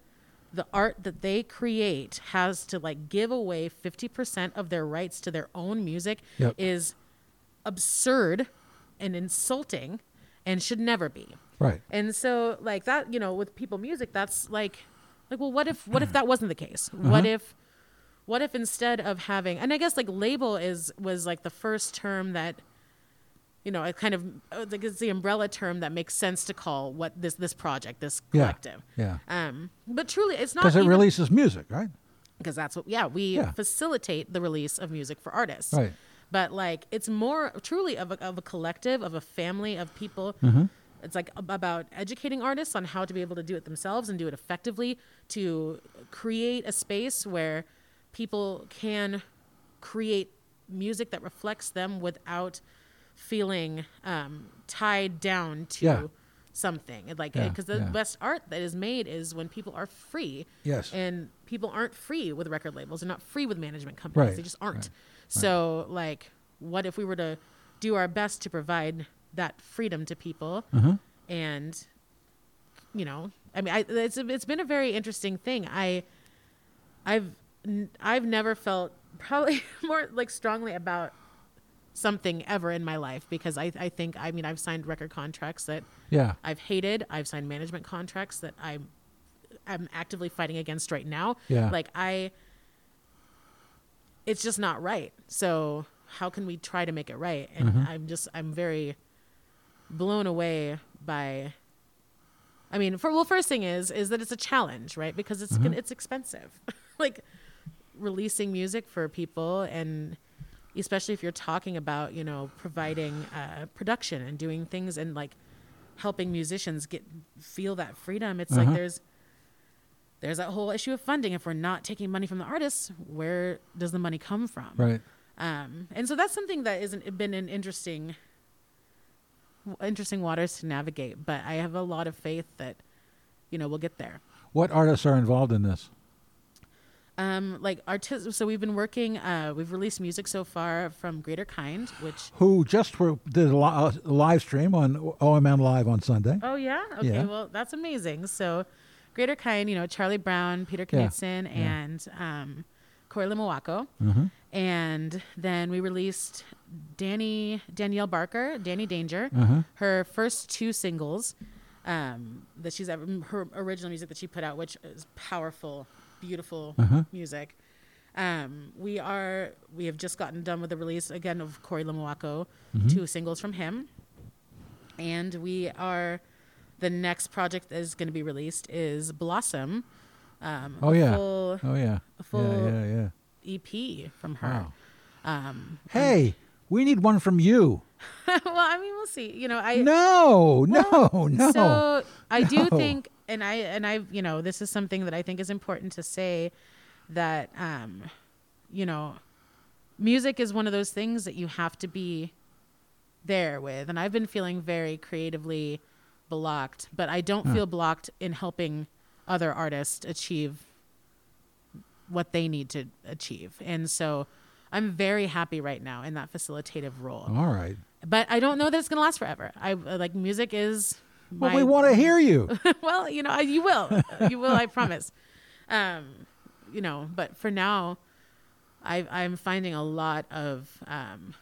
[SPEAKER 2] the art that they create has to like give away 50% of their rights to their own music
[SPEAKER 1] Yep.
[SPEAKER 2] is absurd and insulting and should never be
[SPEAKER 1] right.
[SPEAKER 2] and so like that, you know, with people music, that's like like well what if what if that wasn't the case?
[SPEAKER 1] Uh-huh.
[SPEAKER 2] What if what if instead of having and I guess like label is was like the first term that you know, it kind of uh, like it's the umbrella term that makes sense to call what this this project, this
[SPEAKER 1] Yeah,
[SPEAKER 2] collective.
[SPEAKER 1] yeah.
[SPEAKER 2] Um but truly it's not
[SPEAKER 1] Because it
[SPEAKER 2] even-
[SPEAKER 1] releases music, right?
[SPEAKER 2] because that's what yeah we
[SPEAKER 1] Yeah.
[SPEAKER 2] facilitate the release of music for artists
[SPEAKER 1] Right.
[SPEAKER 2] but like it's more truly of a, of a collective of a family of people
[SPEAKER 1] Mm-hmm.
[SPEAKER 2] it's like ab- about educating artists on how to be able to do it themselves and do it effectively to create a space where people can create music that reflects them without feeling um, tied down to
[SPEAKER 1] Yeah.
[SPEAKER 2] something And, like
[SPEAKER 1] Yeah,
[SPEAKER 2] because the
[SPEAKER 1] yeah.
[SPEAKER 2] best art that is made is when people are free
[SPEAKER 1] Yes.
[SPEAKER 2] and people aren't free with record labels. They're not free with management companies.
[SPEAKER 1] Right,
[SPEAKER 2] They just
[SPEAKER 1] right,
[SPEAKER 2] aren't. So, like, what if we were to do our best to provide that freedom to people?
[SPEAKER 1] Uh-huh.
[SPEAKER 2] And, you know, I mean, I, it's it's been a very interesting thing. I, I've n- I've never felt probably more like strongly about something ever in my life because I I think I mean I've signed record contracts that
[SPEAKER 1] Yeah.
[SPEAKER 2] I've hated. I've signed management contracts that I'm I'm actively fighting against right now.
[SPEAKER 1] Yeah.
[SPEAKER 2] Like I it's just not right. So how can we try to make it right? And
[SPEAKER 1] Mm-hmm.
[SPEAKER 2] I'm just I'm very blown away by I mean, for well first thing is is that it's a challenge, right? Because
[SPEAKER 1] Mm-hmm.
[SPEAKER 2] it's gonna, it's expensive. like releasing music for people and especially if you're talking about you know providing uh, production and doing things and like helping musicians get feel that freedom it's like there's there's that whole issue of funding if we're not taking money from the artists where does the money come from
[SPEAKER 1] Right.
[SPEAKER 2] um, and so that's something that isn't been an interesting interesting waters to navigate but i have a lot of faith that you know we'll get there
[SPEAKER 1] What artists are involved in this?
[SPEAKER 2] um, like artists. So we've been working. Uh, we've released music so far from Greater Kind, which.
[SPEAKER 1] Who just were, did a li- a live stream on OMN Live on Sunday?
[SPEAKER 2] Oh yeah. Okay.
[SPEAKER 1] Yeah.
[SPEAKER 2] Well, that's amazing. So, Greater Kind. You know, Charlie Brown, Peter
[SPEAKER 1] Yeah.
[SPEAKER 2] Knudsen,
[SPEAKER 1] Yeah. Mm-hmm.
[SPEAKER 2] and um, Corey Limawako. And then we released Danny Danielle Barker, Danny Danger,
[SPEAKER 1] Mm-hmm.
[SPEAKER 2] her first two singles um, that she's ever her original music that she put out, which is powerful, beautiful
[SPEAKER 1] Mm-hmm.
[SPEAKER 2] music. Um, we are we have just gotten done with the release again of Corey Limawako,
[SPEAKER 1] Mm-hmm.
[SPEAKER 2] two singles from him, and we are the next project that is going to be released is Blossom. Um,
[SPEAKER 1] Oh,
[SPEAKER 2] a
[SPEAKER 1] yeah.
[SPEAKER 2] full
[SPEAKER 1] Oh, yeah.
[SPEAKER 2] full-
[SPEAKER 1] yeah, yeah, yeah.
[SPEAKER 2] EP from her.
[SPEAKER 1] Wow.
[SPEAKER 2] Um,
[SPEAKER 1] Hey, we need one from you.
[SPEAKER 2] well, I mean, we'll see. You know, I
[SPEAKER 1] No, no, Oh, no.
[SPEAKER 2] So I do
[SPEAKER 1] No.
[SPEAKER 2] think, and I and I, you know, this is something that I think is important to say that, um, you know, music is one of those things that you have to be there with, and I've been feeling very creatively blocked, but I don't feel blocked in helping other artists achieve what they need to achieve, and so. I'm very happy right now in that facilitative role
[SPEAKER 1] All right.
[SPEAKER 2] but I don't know that it's gonna last forever. I uh, like music is.
[SPEAKER 1] Well,
[SPEAKER 2] my-
[SPEAKER 1] we want to hear you.
[SPEAKER 2] well, you know, I- you will, you will. I promise. Um, you know, but for now, I, I'm finding a lot of um,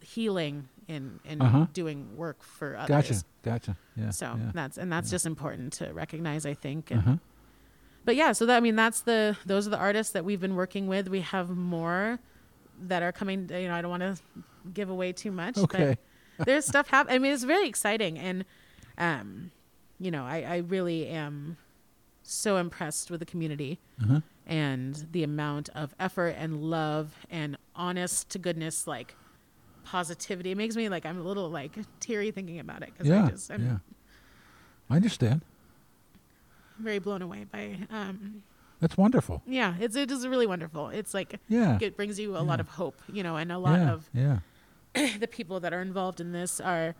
[SPEAKER 2] healing in in
[SPEAKER 1] Uh-huh.
[SPEAKER 2] doing work for others.
[SPEAKER 1] Gotcha. Gotcha. Yeah.
[SPEAKER 2] So
[SPEAKER 1] yeah. Uh-huh.
[SPEAKER 2] that's and that's just important to recognize, I think. And, But yeah, so that, I mean, that's the those are the artists that we've been working with. We have more that are coming. You know, I don't want to give away too much.
[SPEAKER 1] Okay.
[SPEAKER 2] But there's stuff happening. I mean, it's very exciting, and um, you know, I, I really am so impressed with the community
[SPEAKER 1] Uh-huh.
[SPEAKER 2] and the amount of effort and love and honest to goodness like positivity. It makes me like I'm a little like teary thinking about it because
[SPEAKER 1] yeah,
[SPEAKER 2] I just I'm
[SPEAKER 1] yeah. I understand.
[SPEAKER 2] very blown away by um
[SPEAKER 1] That's wonderful.
[SPEAKER 2] yeah it's it is really wonderful it's like
[SPEAKER 1] Yeah.
[SPEAKER 2] it brings you a lot of hope you know and a lot
[SPEAKER 1] yeah,
[SPEAKER 2] of
[SPEAKER 1] yeah.
[SPEAKER 2] the people that are involved in this are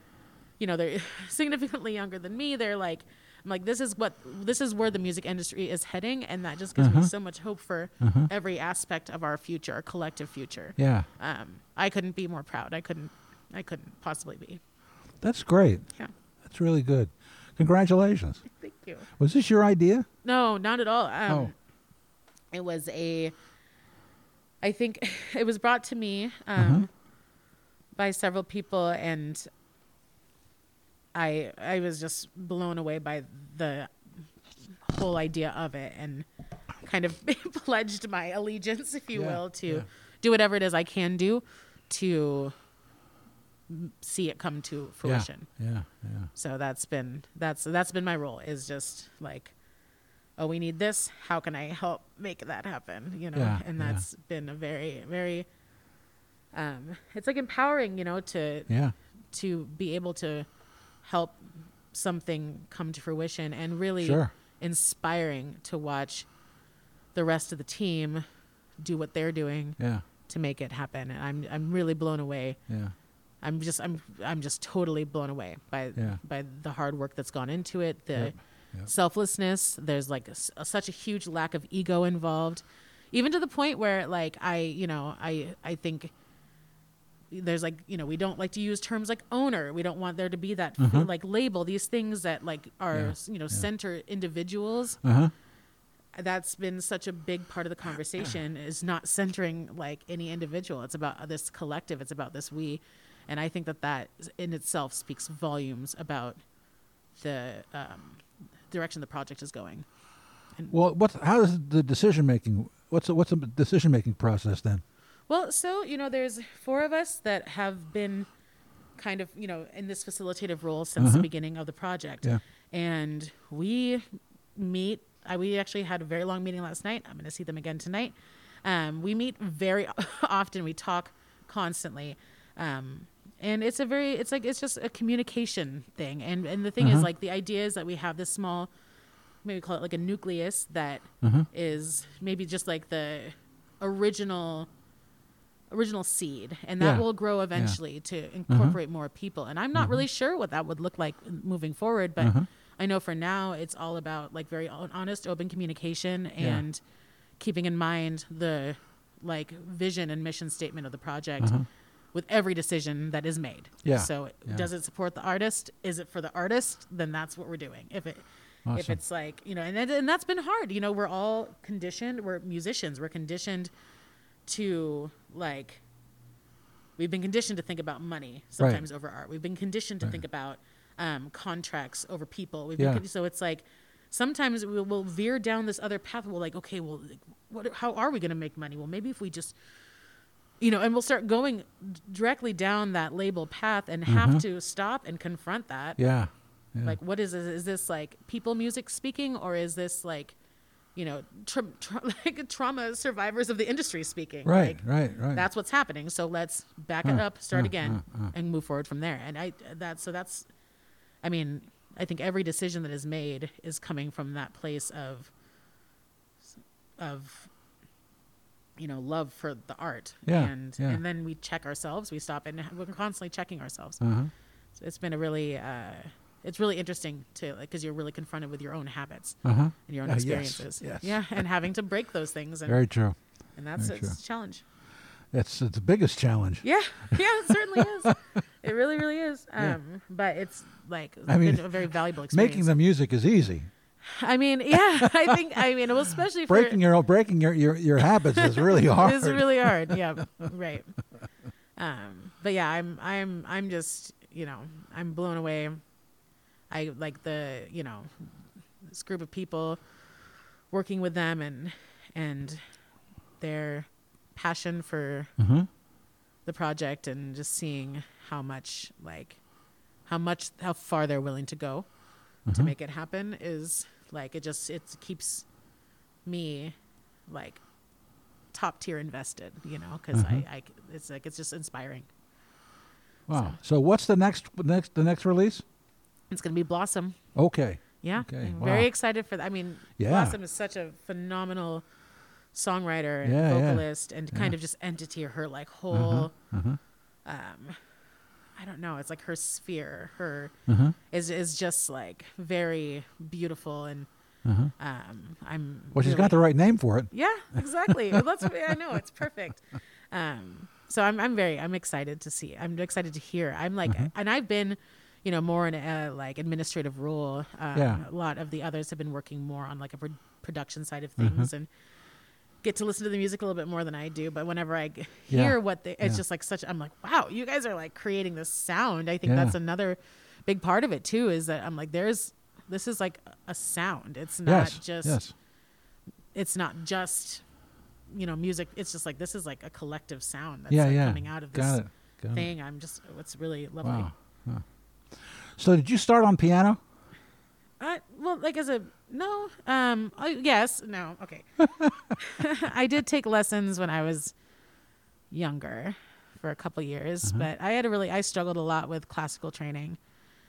[SPEAKER 2] you know they're significantly younger than me they're like i'm like this is what this is where the music industry is heading and that just gives
[SPEAKER 1] Uh-huh.
[SPEAKER 2] me so much hope for every aspect of our future our collective future
[SPEAKER 1] Yeah.
[SPEAKER 2] um i couldn't be more proud i couldn't i couldn't possibly be
[SPEAKER 1] That's great.
[SPEAKER 2] yeah
[SPEAKER 1] That's really good. Congratulations.
[SPEAKER 2] thank you
[SPEAKER 1] Was this your idea?
[SPEAKER 2] no not at all um
[SPEAKER 1] oh,
[SPEAKER 2] it was a i think it was brought to me um,
[SPEAKER 1] Uh-huh.
[SPEAKER 2] by several people and i i was just blown away by the whole idea of it and kind of pledged my allegiance if you
[SPEAKER 1] Yeah,
[SPEAKER 2] will to
[SPEAKER 1] yeah.
[SPEAKER 2] do whatever it is i can do to m- see it come to
[SPEAKER 1] yeah,
[SPEAKER 2] fruition
[SPEAKER 1] yeah, yeah.
[SPEAKER 2] so that's been that's that's been my role is just like, oh, we need this. How can I help make that happen? You know,
[SPEAKER 1] Yeah,
[SPEAKER 2] and
[SPEAKER 1] yeah.
[SPEAKER 2] that's been a very very. Um, it's like empowering, you know, to
[SPEAKER 1] Yeah.
[SPEAKER 2] to be able to help something come to fruition and really
[SPEAKER 1] Sure.
[SPEAKER 2] inspiring to watch the rest of the team do what they're doing
[SPEAKER 1] Yeah.
[SPEAKER 2] to make it happen. And I'm I'm really blown away
[SPEAKER 1] Yeah.
[SPEAKER 2] I'm just I'm I'm just totally blown away by
[SPEAKER 1] Yeah.
[SPEAKER 2] by the hard work that's gone into it, the
[SPEAKER 1] Yep, yep.
[SPEAKER 2] selflessness. There's like a s such a huge lack of ego involved, even to the point where like I you know I I think there's like you know we don't like to use terms like owner. We don't want there to be that like label. These things that like are
[SPEAKER 1] Mm-hmm. Yeah,
[SPEAKER 2] you know center individuals.
[SPEAKER 1] Uh-huh.
[SPEAKER 2] That's been such a big part of the conversation is not centering like any individual. It's about uh, this collective. It's about this we, and I think that that in itself speaks volumes about the um, direction the project is going.
[SPEAKER 1] Well, what's how is the decision making? What's the, what's the decision making process then?
[SPEAKER 2] Well, so you know, there's four of us that have been kind of you know in this facilitative role since the beginning of the project,
[SPEAKER 1] Yeah.
[SPEAKER 2] and we meet. I, we actually had a very long meeting last night. I'm going to see them again tonight. Um, we meet very often. We talk constantly, um, and it's a very it's like it's just a communication thing. And and the thing is like the idea is that we have this small maybe call it like a nucleus that is
[SPEAKER 1] Mm-hmm.
[SPEAKER 2] maybe just like the original original seed and that
[SPEAKER 1] Yeah. Mm-hmm.
[SPEAKER 2] will grow eventually to incorporate more people and i'm not really sure what that would look like moving forward but
[SPEAKER 1] Mm-hmm.
[SPEAKER 2] i know for now it's all about like very hon- honest open communication and keeping in mind the like vision and mission statement of the project with every decision that is made
[SPEAKER 1] Mm-hmm. Yeah.
[SPEAKER 2] so
[SPEAKER 1] Yeah.
[SPEAKER 2] does it support the artist is it for the artist then that's what we're doing if it if
[SPEAKER 1] Awesome.
[SPEAKER 2] it's like you know and, that- and that's been hard you know we're all conditioned we're musicians we're conditioned to like we've been conditioned to think about money sometimes over art we've been conditioned to think about um, contracts over people we've
[SPEAKER 1] Yeah.
[SPEAKER 2] been, con- so it's like sometimes we'll, we'll veer down this other path we'll like okay well like, what, how are we going to make money well maybe if we just you know and we'll start going d- directly down that label path and
[SPEAKER 1] Mm-hmm.
[SPEAKER 2] have to stop and confront that
[SPEAKER 1] Yeah. Yeah.
[SPEAKER 2] like, what is this? Is this like people music speaking, or is this like, you know, tra- tra- like trauma survivors of the industry speaking?
[SPEAKER 1] right.
[SPEAKER 2] Like,
[SPEAKER 1] right. Right.
[SPEAKER 2] That's what's happening. So let's back it
[SPEAKER 1] Huh,
[SPEAKER 2] up, start
[SPEAKER 1] huh,
[SPEAKER 2] again,
[SPEAKER 1] huh, huh.
[SPEAKER 2] and move forward from there. And I that so that's, I mean, I think every decision that is made is coming from that place of, of, you know, love for the art.
[SPEAKER 1] Yeah,
[SPEAKER 2] And
[SPEAKER 1] yeah.
[SPEAKER 2] and then we check ourselves. We stop and we're constantly checking ourselves.
[SPEAKER 1] uh-huh.
[SPEAKER 2] So it's been a really uh, it's really interesting to because you're really confronted with your own habits
[SPEAKER 1] Uh-huh.
[SPEAKER 2] and your own
[SPEAKER 1] Uh, yes,
[SPEAKER 2] experiences
[SPEAKER 1] yes.
[SPEAKER 2] yeah and having to break those things and,
[SPEAKER 1] Very true.
[SPEAKER 2] and that's
[SPEAKER 1] very
[SPEAKER 2] it's
[SPEAKER 1] true.
[SPEAKER 2] a challenge
[SPEAKER 1] That's it's the biggest challenge.
[SPEAKER 2] yeah yeah it certainly is it really really is um but it's like it's
[SPEAKER 1] I mean,
[SPEAKER 2] been a very valuable experience
[SPEAKER 1] Making the music is easy.
[SPEAKER 2] i mean yeah i think i mean well especially for
[SPEAKER 1] Breaking your breaking your, your, your habits is really hard.
[SPEAKER 2] It's really hard. Yeah, right. Um, but yeah, I'm I'm I'm just you know I'm blown away. I like the you know this group of people working with them and and their passion for the project and just seeing how much like how much how far they're willing to go to make it happen is like it just it keeps me like top tier invested, you know, because
[SPEAKER 1] Mm-hmm.
[SPEAKER 2] I, I it's like it's just inspiring.
[SPEAKER 1] Wow. So what's the next next the next release?
[SPEAKER 2] It's gonna be Blossom.
[SPEAKER 1] Okay.
[SPEAKER 2] Yeah.
[SPEAKER 1] Okay,
[SPEAKER 2] I'm
[SPEAKER 1] wow.
[SPEAKER 2] Very excited for that. I mean,
[SPEAKER 1] Yeah.
[SPEAKER 2] Blossom is such a phenomenal songwriter and
[SPEAKER 1] Yeah, yeah. Uh-huh,
[SPEAKER 2] vocalist and kind of just entity, her like whole um I don't know, it's like her sphere, her
[SPEAKER 1] Uh-huh.
[SPEAKER 2] is is just like very beautiful and um I'm
[SPEAKER 1] Uh-huh. Well, she's
[SPEAKER 2] really-
[SPEAKER 1] got the right name for it.
[SPEAKER 2] Yeah, exactly. Well, That's I know, it's perfect. Um so I'm I'm very I'm excited to see. I'm excited to hear. I'm like
[SPEAKER 1] Mm-hmm.
[SPEAKER 2] and I've been you know more in a like administrative role. Um,
[SPEAKER 1] Yeah.
[SPEAKER 2] A lot of the others have been working more on like a pro- production side of
[SPEAKER 1] Mm-hmm.
[SPEAKER 2] things and get to listen to the music a little bit more than I do. But whenever I g-
[SPEAKER 1] Yeah.
[SPEAKER 2] hear what they, it's
[SPEAKER 1] Yeah.
[SPEAKER 2] just like such. I'm like, wow, you guys are like creating this sound. I think
[SPEAKER 1] Yeah.
[SPEAKER 2] that's another big part of it too. Is that I'm like, there's this is like a sound. It's not
[SPEAKER 1] yes.
[SPEAKER 2] just
[SPEAKER 1] yes.
[SPEAKER 2] it's not just you know music. It's just like this is like a collective sound that's
[SPEAKER 1] Yeah.
[SPEAKER 2] like
[SPEAKER 1] yeah.
[SPEAKER 2] coming out of
[SPEAKER 1] Got
[SPEAKER 2] this
[SPEAKER 1] it. Got it.
[SPEAKER 2] thing. I'm just it's really lovely.
[SPEAKER 1] Wow. Huh. So did you start on piano?
[SPEAKER 2] Uh, well, like as a no, um, I yes, no, okay. I did take lessons when I was younger for a couple years,
[SPEAKER 1] Uh-huh.
[SPEAKER 2] but I had a really I struggled a lot with classical training,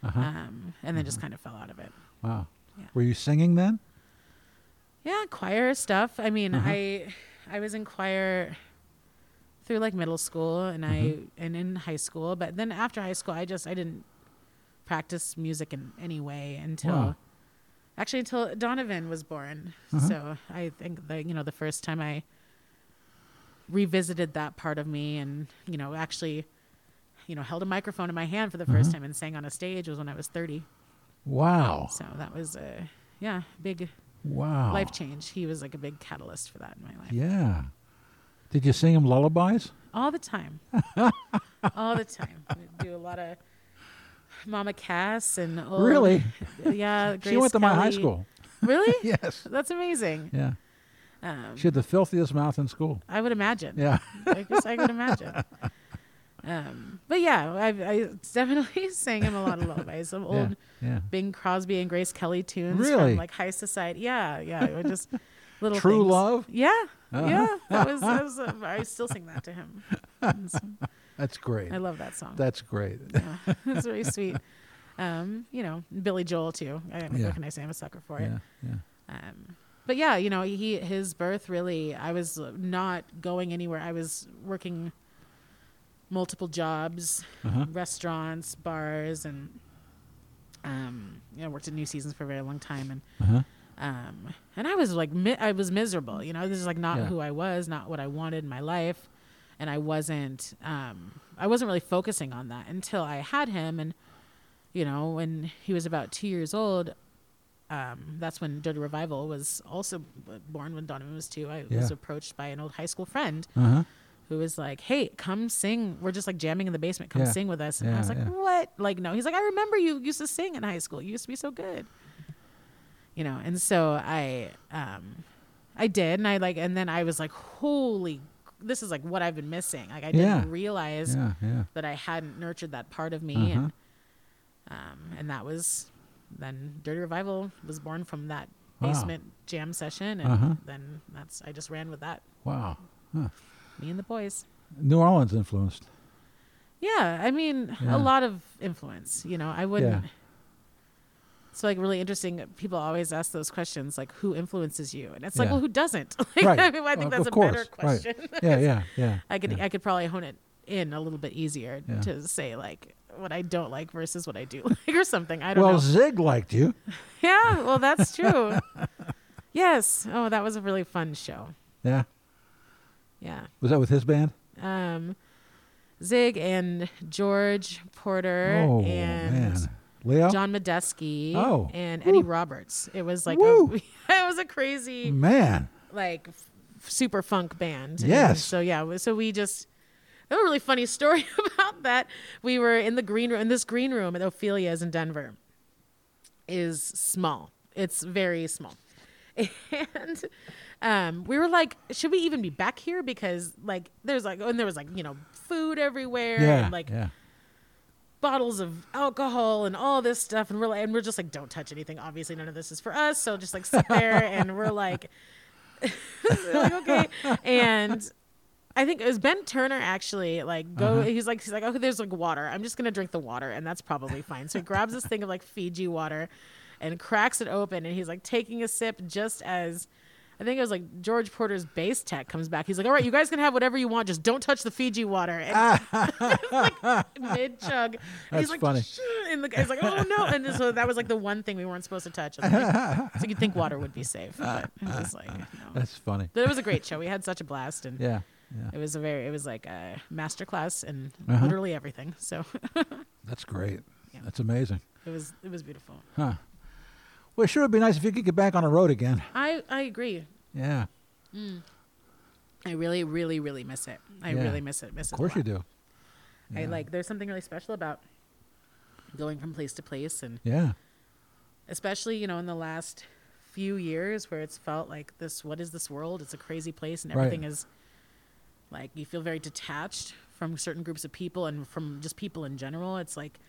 [SPEAKER 1] Uh-huh.
[SPEAKER 2] um, and then just kind of fell out of it.
[SPEAKER 1] Wow.
[SPEAKER 2] Yeah.
[SPEAKER 1] Were you singing then?
[SPEAKER 2] Yeah, choir stuff. I mean, I I was in choir through like middle school and I and in high school, but then after high school, I just I didn't practice music in any way until
[SPEAKER 1] Wow.
[SPEAKER 2] actually until Donovan was born. So I think the you know the first time I revisited that part of me and you know actually you know held a microphone in my hand for the 1st time and sang on a stage was when I was thirty.
[SPEAKER 1] Wow.
[SPEAKER 2] So that was a yeah big
[SPEAKER 1] Wow.
[SPEAKER 2] life change. He was like a big catalyst for that in my life.
[SPEAKER 1] Oh. Yeah. Did you sing him lullabies?
[SPEAKER 2] All the time. All the time. We do a lot of Mama Cass and old,
[SPEAKER 1] Really?
[SPEAKER 2] Yeah. Oh, Grace
[SPEAKER 1] she went to my high
[SPEAKER 2] Kelly.
[SPEAKER 1] school.
[SPEAKER 2] Really?
[SPEAKER 1] Yes.
[SPEAKER 2] That's amazing.
[SPEAKER 1] Yeah.
[SPEAKER 2] Um,
[SPEAKER 1] She had the filthiest mouth in school.
[SPEAKER 2] I would imagine.
[SPEAKER 1] Yeah.
[SPEAKER 2] I guess I could imagine. Um, but yeah, I, I definitely sang him a lot of lullabies, some old
[SPEAKER 1] yeah.
[SPEAKER 2] Bing Crosby and Grace Kelly tunes
[SPEAKER 1] Really?
[SPEAKER 2] from like high society. Yeah, yeah, it was just little
[SPEAKER 1] True
[SPEAKER 2] things.
[SPEAKER 1] Love? Uh-huh.
[SPEAKER 2] Yeah, yeah, that was. That was uh, I still sing that to him. It's-
[SPEAKER 1] That's great.
[SPEAKER 2] I love that song.
[SPEAKER 1] That's great.
[SPEAKER 2] yeah, it's very sweet. Um, you know, Billy Joel too. I,
[SPEAKER 1] Yeah.
[SPEAKER 2] What can I say? I'm a sucker for it.
[SPEAKER 1] Yeah. Yeah.
[SPEAKER 2] Um, but yeah, you know, he his birth really. I was not going anywhere. I was working multiple jobs,
[SPEAKER 1] Uh-huh.
[SPEAKER 2] restaurants, bars, and um, you know, worked at New Seasons for a very long time, and
[SPEAKER 1] Uh-huh.
[SPEAKER 2] um, and I was like, mi- I was miserable. You know, this is like not
[SPEAKER 1] Yeah.
[SPEAKER 2] who I was, not what I wanted in my life, and I wasn't, um, I wasn't really focusing on that until I had him, and you know, when he was about two years old, um, that's when Dirty Revival was also b- born. When Donovan was two, I was
[SPEAKER 1] Yeah.
[SPEAKER 2] approached by an old high school friend
[SPEAKER 1] Uh-huh.
[SPEAKER 2] who was like, "Hey, come sing. We're just like jamming in the basement. Come
[SPEAKER 1] Yeah.
[SPEAKER 2] sing with us." And I
[SPEAKER 1] Yeah,
[SPEAKER 2] was like,
[SPEAKER 1] yeah.
[SPEAKER 2] "What? Like, no." He's like, "I remember you used to sing in high school. You used to be so good." You know, and so I, um, I did, and I like, and then I was like, "Holy, this is like what I've been missing." Like, I
[SPEAKER 1] Yeah.
[SPEAKER 2] didn't realize
[SPEAKER 1] Yeah. Yeah.
[SPEAKER 2] that I hadn't nurtured that part of me,
[SPEAKER 1] Uh-huh.
[SPEAKER 2] and um, and that was then Dirty Revival was born from that
[SPEAKER 1] Wow.
[SPEAKER 2] basement jam session, and
[SPEAKER 1] Uh-huh.
[SPEAKER 2] then that's I just ran with that,
[SPEAKER 1] Wow. Huh.
[SPEAKER 2] me and the boys.
[SPEAKER 1] New Orleans influenced.
[SPEAKER 2] Yeah, I mean,
[SPEAKER 1] Yeah.
[SPEAKER 2] a lot of influence. You know, I wouldn't. It's like really interesting. People always ask those questions, like who influences you, and it's like,
[SPEAKER 1] Yeah.
[SPEAKER 2] well, who doesn't? Like,
[SPEAKER 1] Right.
[SPEAKER 2] I, mean, I think
[SPEAKER 1] Of- of
[SPEAKER 2] that's a better
[SPEAKER 1] course. Right.
[SPEAKER 2] question.
[SPEAKER 1] Yeah. Yeah. Yeah.
[SPEAKER 2] I could
[SPEAKER 1] Yeah.
[SPEAKER 2] I could probably hone it in a little bit easier
[SPEAKER 1] Yeah.
[SPEAKER 2] to say like what I don't like versus what I do like or something. I don't
[SPEAKER 1] Well,
[SPEAKER 2] know.
[SPEAKER 1] Zig liked you.
[SPEAKER 2] yeah, well, that's true. yes. Oh, that was a really fun show.
[SPEAKER 1] Yeah.
[SPEAKER 2] Yeah.
[SPEAKER 1] Was that with his band?
[SPEAKER 2] Um, Zig and George Porter
[SPEAKER 1] oh
[SPEAKER 2] and.
[SPEAKER 1] man. Leo.
[SPEAKER 2] John Medeski
[SPEAKER 1] Oh.
[SPEAKER 2] and Eddie Roberts. It was like
[SPEAKER 1] Woo.
[SPEAKER 2] a, it was a crazy
[SPEAKER 1] Man.
[SPEAKER 2] like f- super funk band. And
[SPEAKER 1] Yes.
[SPEAKER 2] so yeah, we- so we just I have a really funny story about that. We were in the green room in this green room at Ophelia's in Denver is small. It's very small. And um, we were like, should we even be back here? Because like there's like and there was like, you know, food everywhere
[SPEAKER 1] Yeah.
[SPEAKER 2] and like
[SPEAKER 1] yeah.
[SPEAKER 2] bottles of alcohol and all this stuff and we're like, and we're just like don't touch anything obviously none of this is for us so just like sit there and we're like, like okay and I think it was Ben Turner actually like go
[SPEAKER 1] Uh-huh.
[SPEAKER 2] he's like he's like okay there's like water I'm just gonna drink the water and that's probably fine so he grabs this thing of like Fiji water and cracks it open and he's like taking a sip just as I think it was like George Porter's bass tech comes back he's like all right you guys can have whatever you want just don't touch the Fiji water and mid chug
[SPEAKER 1] That's
[SPEAKER 2] he's like
[SPEAKER 1] funny.
[SPEAKER 2] "Shh," and the guy's like oh no and so that was like the one thing we weren't supposed to touch And, like, so you'd think water would be safe but it was like no.
[SPEAKER 1] That's funny.
[SPEAKER 2] but it was a great show we had such a blast and
[SPEAKER 1] Yeah. Yeah.
[SPEAKER 2] it was a very, it was like a master class in
[SPEAKER 1] Uh-huh.
[SPEAKER 2] literally everything. So
[SPEAKER 1] That's great.
[SPEAKER 2] Yeah.
[SPEAKER 1] That's amazing.
[SPEAKER 2] it was, it was beautiful.
[SPEAKER 1] Huh. Well, it sure would be nice if you could get back on the road again.
[SPEAKER 2] I, I agree.
[SPEAKER 1] Yeah.
[SPEAKER 2] I really, really, really miss it. I
[SPEAKER 1] Yeah.
[SPEAKER 2] really miss it. Miss
[SPEAKER 1] Of course
[SPEAKER 2] it a
[SPEAKER 1] you
[SPEAKER 2] lot.
[SPEAKER 1] do.
[SPEAKER 2] I
[SPEAKER 1] Yeah.
[SPEAKER 2] like, there's something really special about going from place to place and
[SPEAKER 1] Yeah.
[SPEAKER 2] especially, you know, in the last few years where it's felt like this, what is this world? It's a crazy place and
[SPEAKER 1] Right.
[SPEAKER 2] everything is like, you feel very detached from certain groups of people and from just people in general. It's like,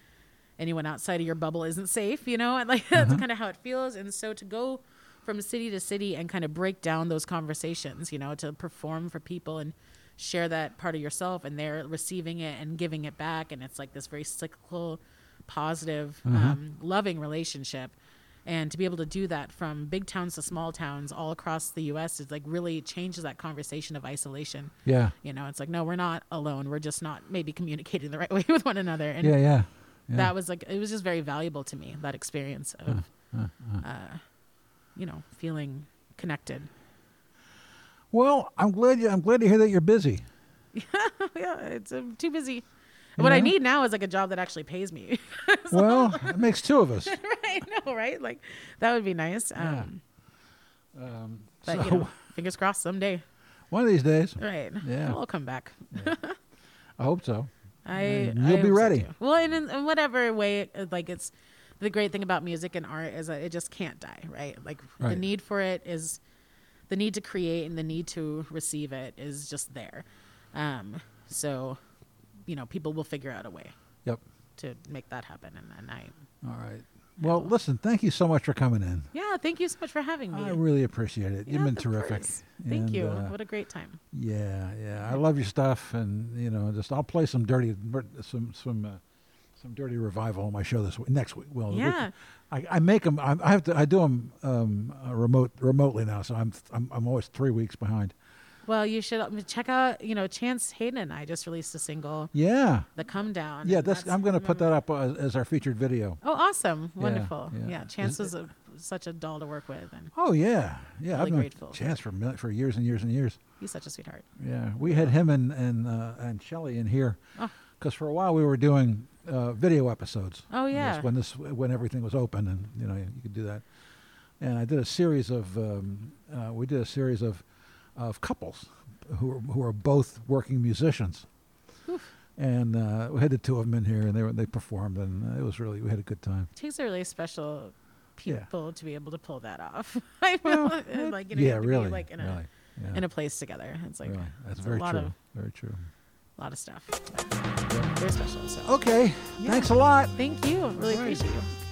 [SPEAKER 2] anyone outside of your bubble isn't safe, you know? And like that's kind of how it feels. And so to go from city to city and kind of break down those conversations, you know, to perform for people and share that part of yourself and they're receiving it and giving it back. And it's like this very cyclical, positive, um, loving relationship. And to be able to do that from big towns to small towns all across the US is like really changes that conversation of isolation.
[SPEAKER 1] Yeah.
[SPEAKER 2] You know, it's like, no, we're not alone. We're just not maybe communicating the right way with one another. And
[SPEAKER 1] Yeah. Yeah. Yeah.
[SPEAKER 2] that was like it was just very valuable to me that experience of Uh, you know feeling connected
[SPEAKER 1] well, I'm glad. You, I'm glad to hear that you're busy.
[SPEAKER 2] yeah it's I'm too busy what i
[SPEAKER 1] Yeah.
[SPEAKER 2] need now is like a job that actually pays me
[SPEAKER 1] well, it makes two of us.
[SPEAKER 2] i know right like that would be nice
[SPEAKER 1] Yeah.
[SPEAKER 2] um
[SPEAKER 1] Um,
[SPEAKER 2] but
[SPEAKER 1] so
[SPEAKER 2] you know fingers crossed someday
[SPEAKER 1] one of these days,
[SPEAKER 2] right
[SPEAKER 1] Yeah.
[SPEAKER 2] i'll come back
[SPEAKER 1] I hope so.
[SPEAKER 2] I
[SPEAKER 1] And you'll
[SPEAKER 2] I
[SPEAKER 1] be
[SPEAKER 2] hope so,
[SPEAKER 1] ready.
[SPEAKER 2] too. well, and in, in whatever way, uh, like it's the great thing about music and art is that it just can't die, right? Like the
[SPEAKER 1] Right.
[SPEAKER 2] need for it is the need to create and the need to receive it is just there. Um, so you know, people will figure out a way
[SPEAKER 1] Yep.
[SPEAKER 2] to make that happen, and, and I
[SPEAKER 1] All right. Well, listen. Thank you so much for coming in.
[SPEAKER 2] yeah, thank you so much for having me.
[SPEAKER 1] I really appreciate it.
[SPEAKER 2] Oh, Yeah,
[SPEAKER 1] You've been
[SPEAKER 2] of
[SPEAKER 1] terrific.
[SPEAKER 2] course. Thank
[SPEAKER 1] And,
[SPEAKER 2] you.
[SPEAKER 1] uh,
[SPEAKER 2] what a great time.
[SPEAKER 1] yeah, yeah. I love your stuff, and you know, just I'll play some dirty, some some uh, some dirty revival on my show this week, next week. Well, the week-
[SPEAKER 2] Yeah.
[SPEAKER 1] I, I make them. I, I have to. I do them um, uh, remote remotely now, so I'm I'm I'm always three weeks behind.
[SPEAKER 2] Well, you should um, check out. You know, Chance Hayden and I just released a single,
[SPEAKER 1] Yeah,
[SPEAKER 2] "The Come Down."
[SPEAKER 1] yeah.
[SPEAKER 2] and
[SPEAKER 1] That's, I'm going to put that up as, as our featured video.
[SPEAKER 2] Oh, awesome! Wonderful.
[SPEAKER 1] yeah.
[SPEAKER 2] Yeah, Chance
[SPEAKER 1] Is-
[SPEAKER 2] was a, such a doll to work with, and
[SPEAKER 1] Oh yeah, yeah.
[SPEAKER 2] Really
[SPEAKER 1] I've known
[SPEAKER 2] grateful.
[SPEAKER 1] Chance for mil- for years and years and years.
[SPEAKER 2] he's such a sweetheart.
[SPEAKER 1] Yeah, we had him and and uh, and Shelley in here
[SPEAKER 2] Oh.
[SPEAKER 1] because for a while we were doing uh, video episodes.
[SPEAKER 2] Oh,
[SPEAKER 1] That's
[SPEAKER 2] yeah.
[SPEAKER 1] when this when everything was open and you know you, could do that. And I did a series of um, uh, we did a series of of couples who were, who are both working musicians. And uh, we had the two of them in here, and they were, they performed, and uh, it was really we had a good time.
[SPEAKER 2] It takes a really special
[SPEAKER 1] Yeah.
[SPEAKER 2] people to be able to pull that off. I know,
[SPEAKER 1] Well,
[SPEAKER 2] and, like you know, you
[SPEAKER 1] yeah,
[SPEAKER 2] have to
[SPEAKER 1] really,
[SPEAKER 2] be like in a
[SPEAKER 1] really, yeah,
[SPEAKER 2] in a place together. It's like
[SPEAKER 1] really. That's
[SPEAKER 2] it's
[SPEAKER 1] very
[SPEAKER 2] a lot
[SPEAKER 1] true,
[SPEAKER 2] of
[SPEAKER 1] very true.
[SPEAKER 2] lot of stuff. But They're special. So
[SPEAKER 1] Okay,
[SPEAKER 2] Yeah.
[SPEAKER 1] thanks a lot.
[SPEAKER 2] thank you. Really
[SPEAKER 1] Oh. All right.
[SPEAKER 2] appreciate you.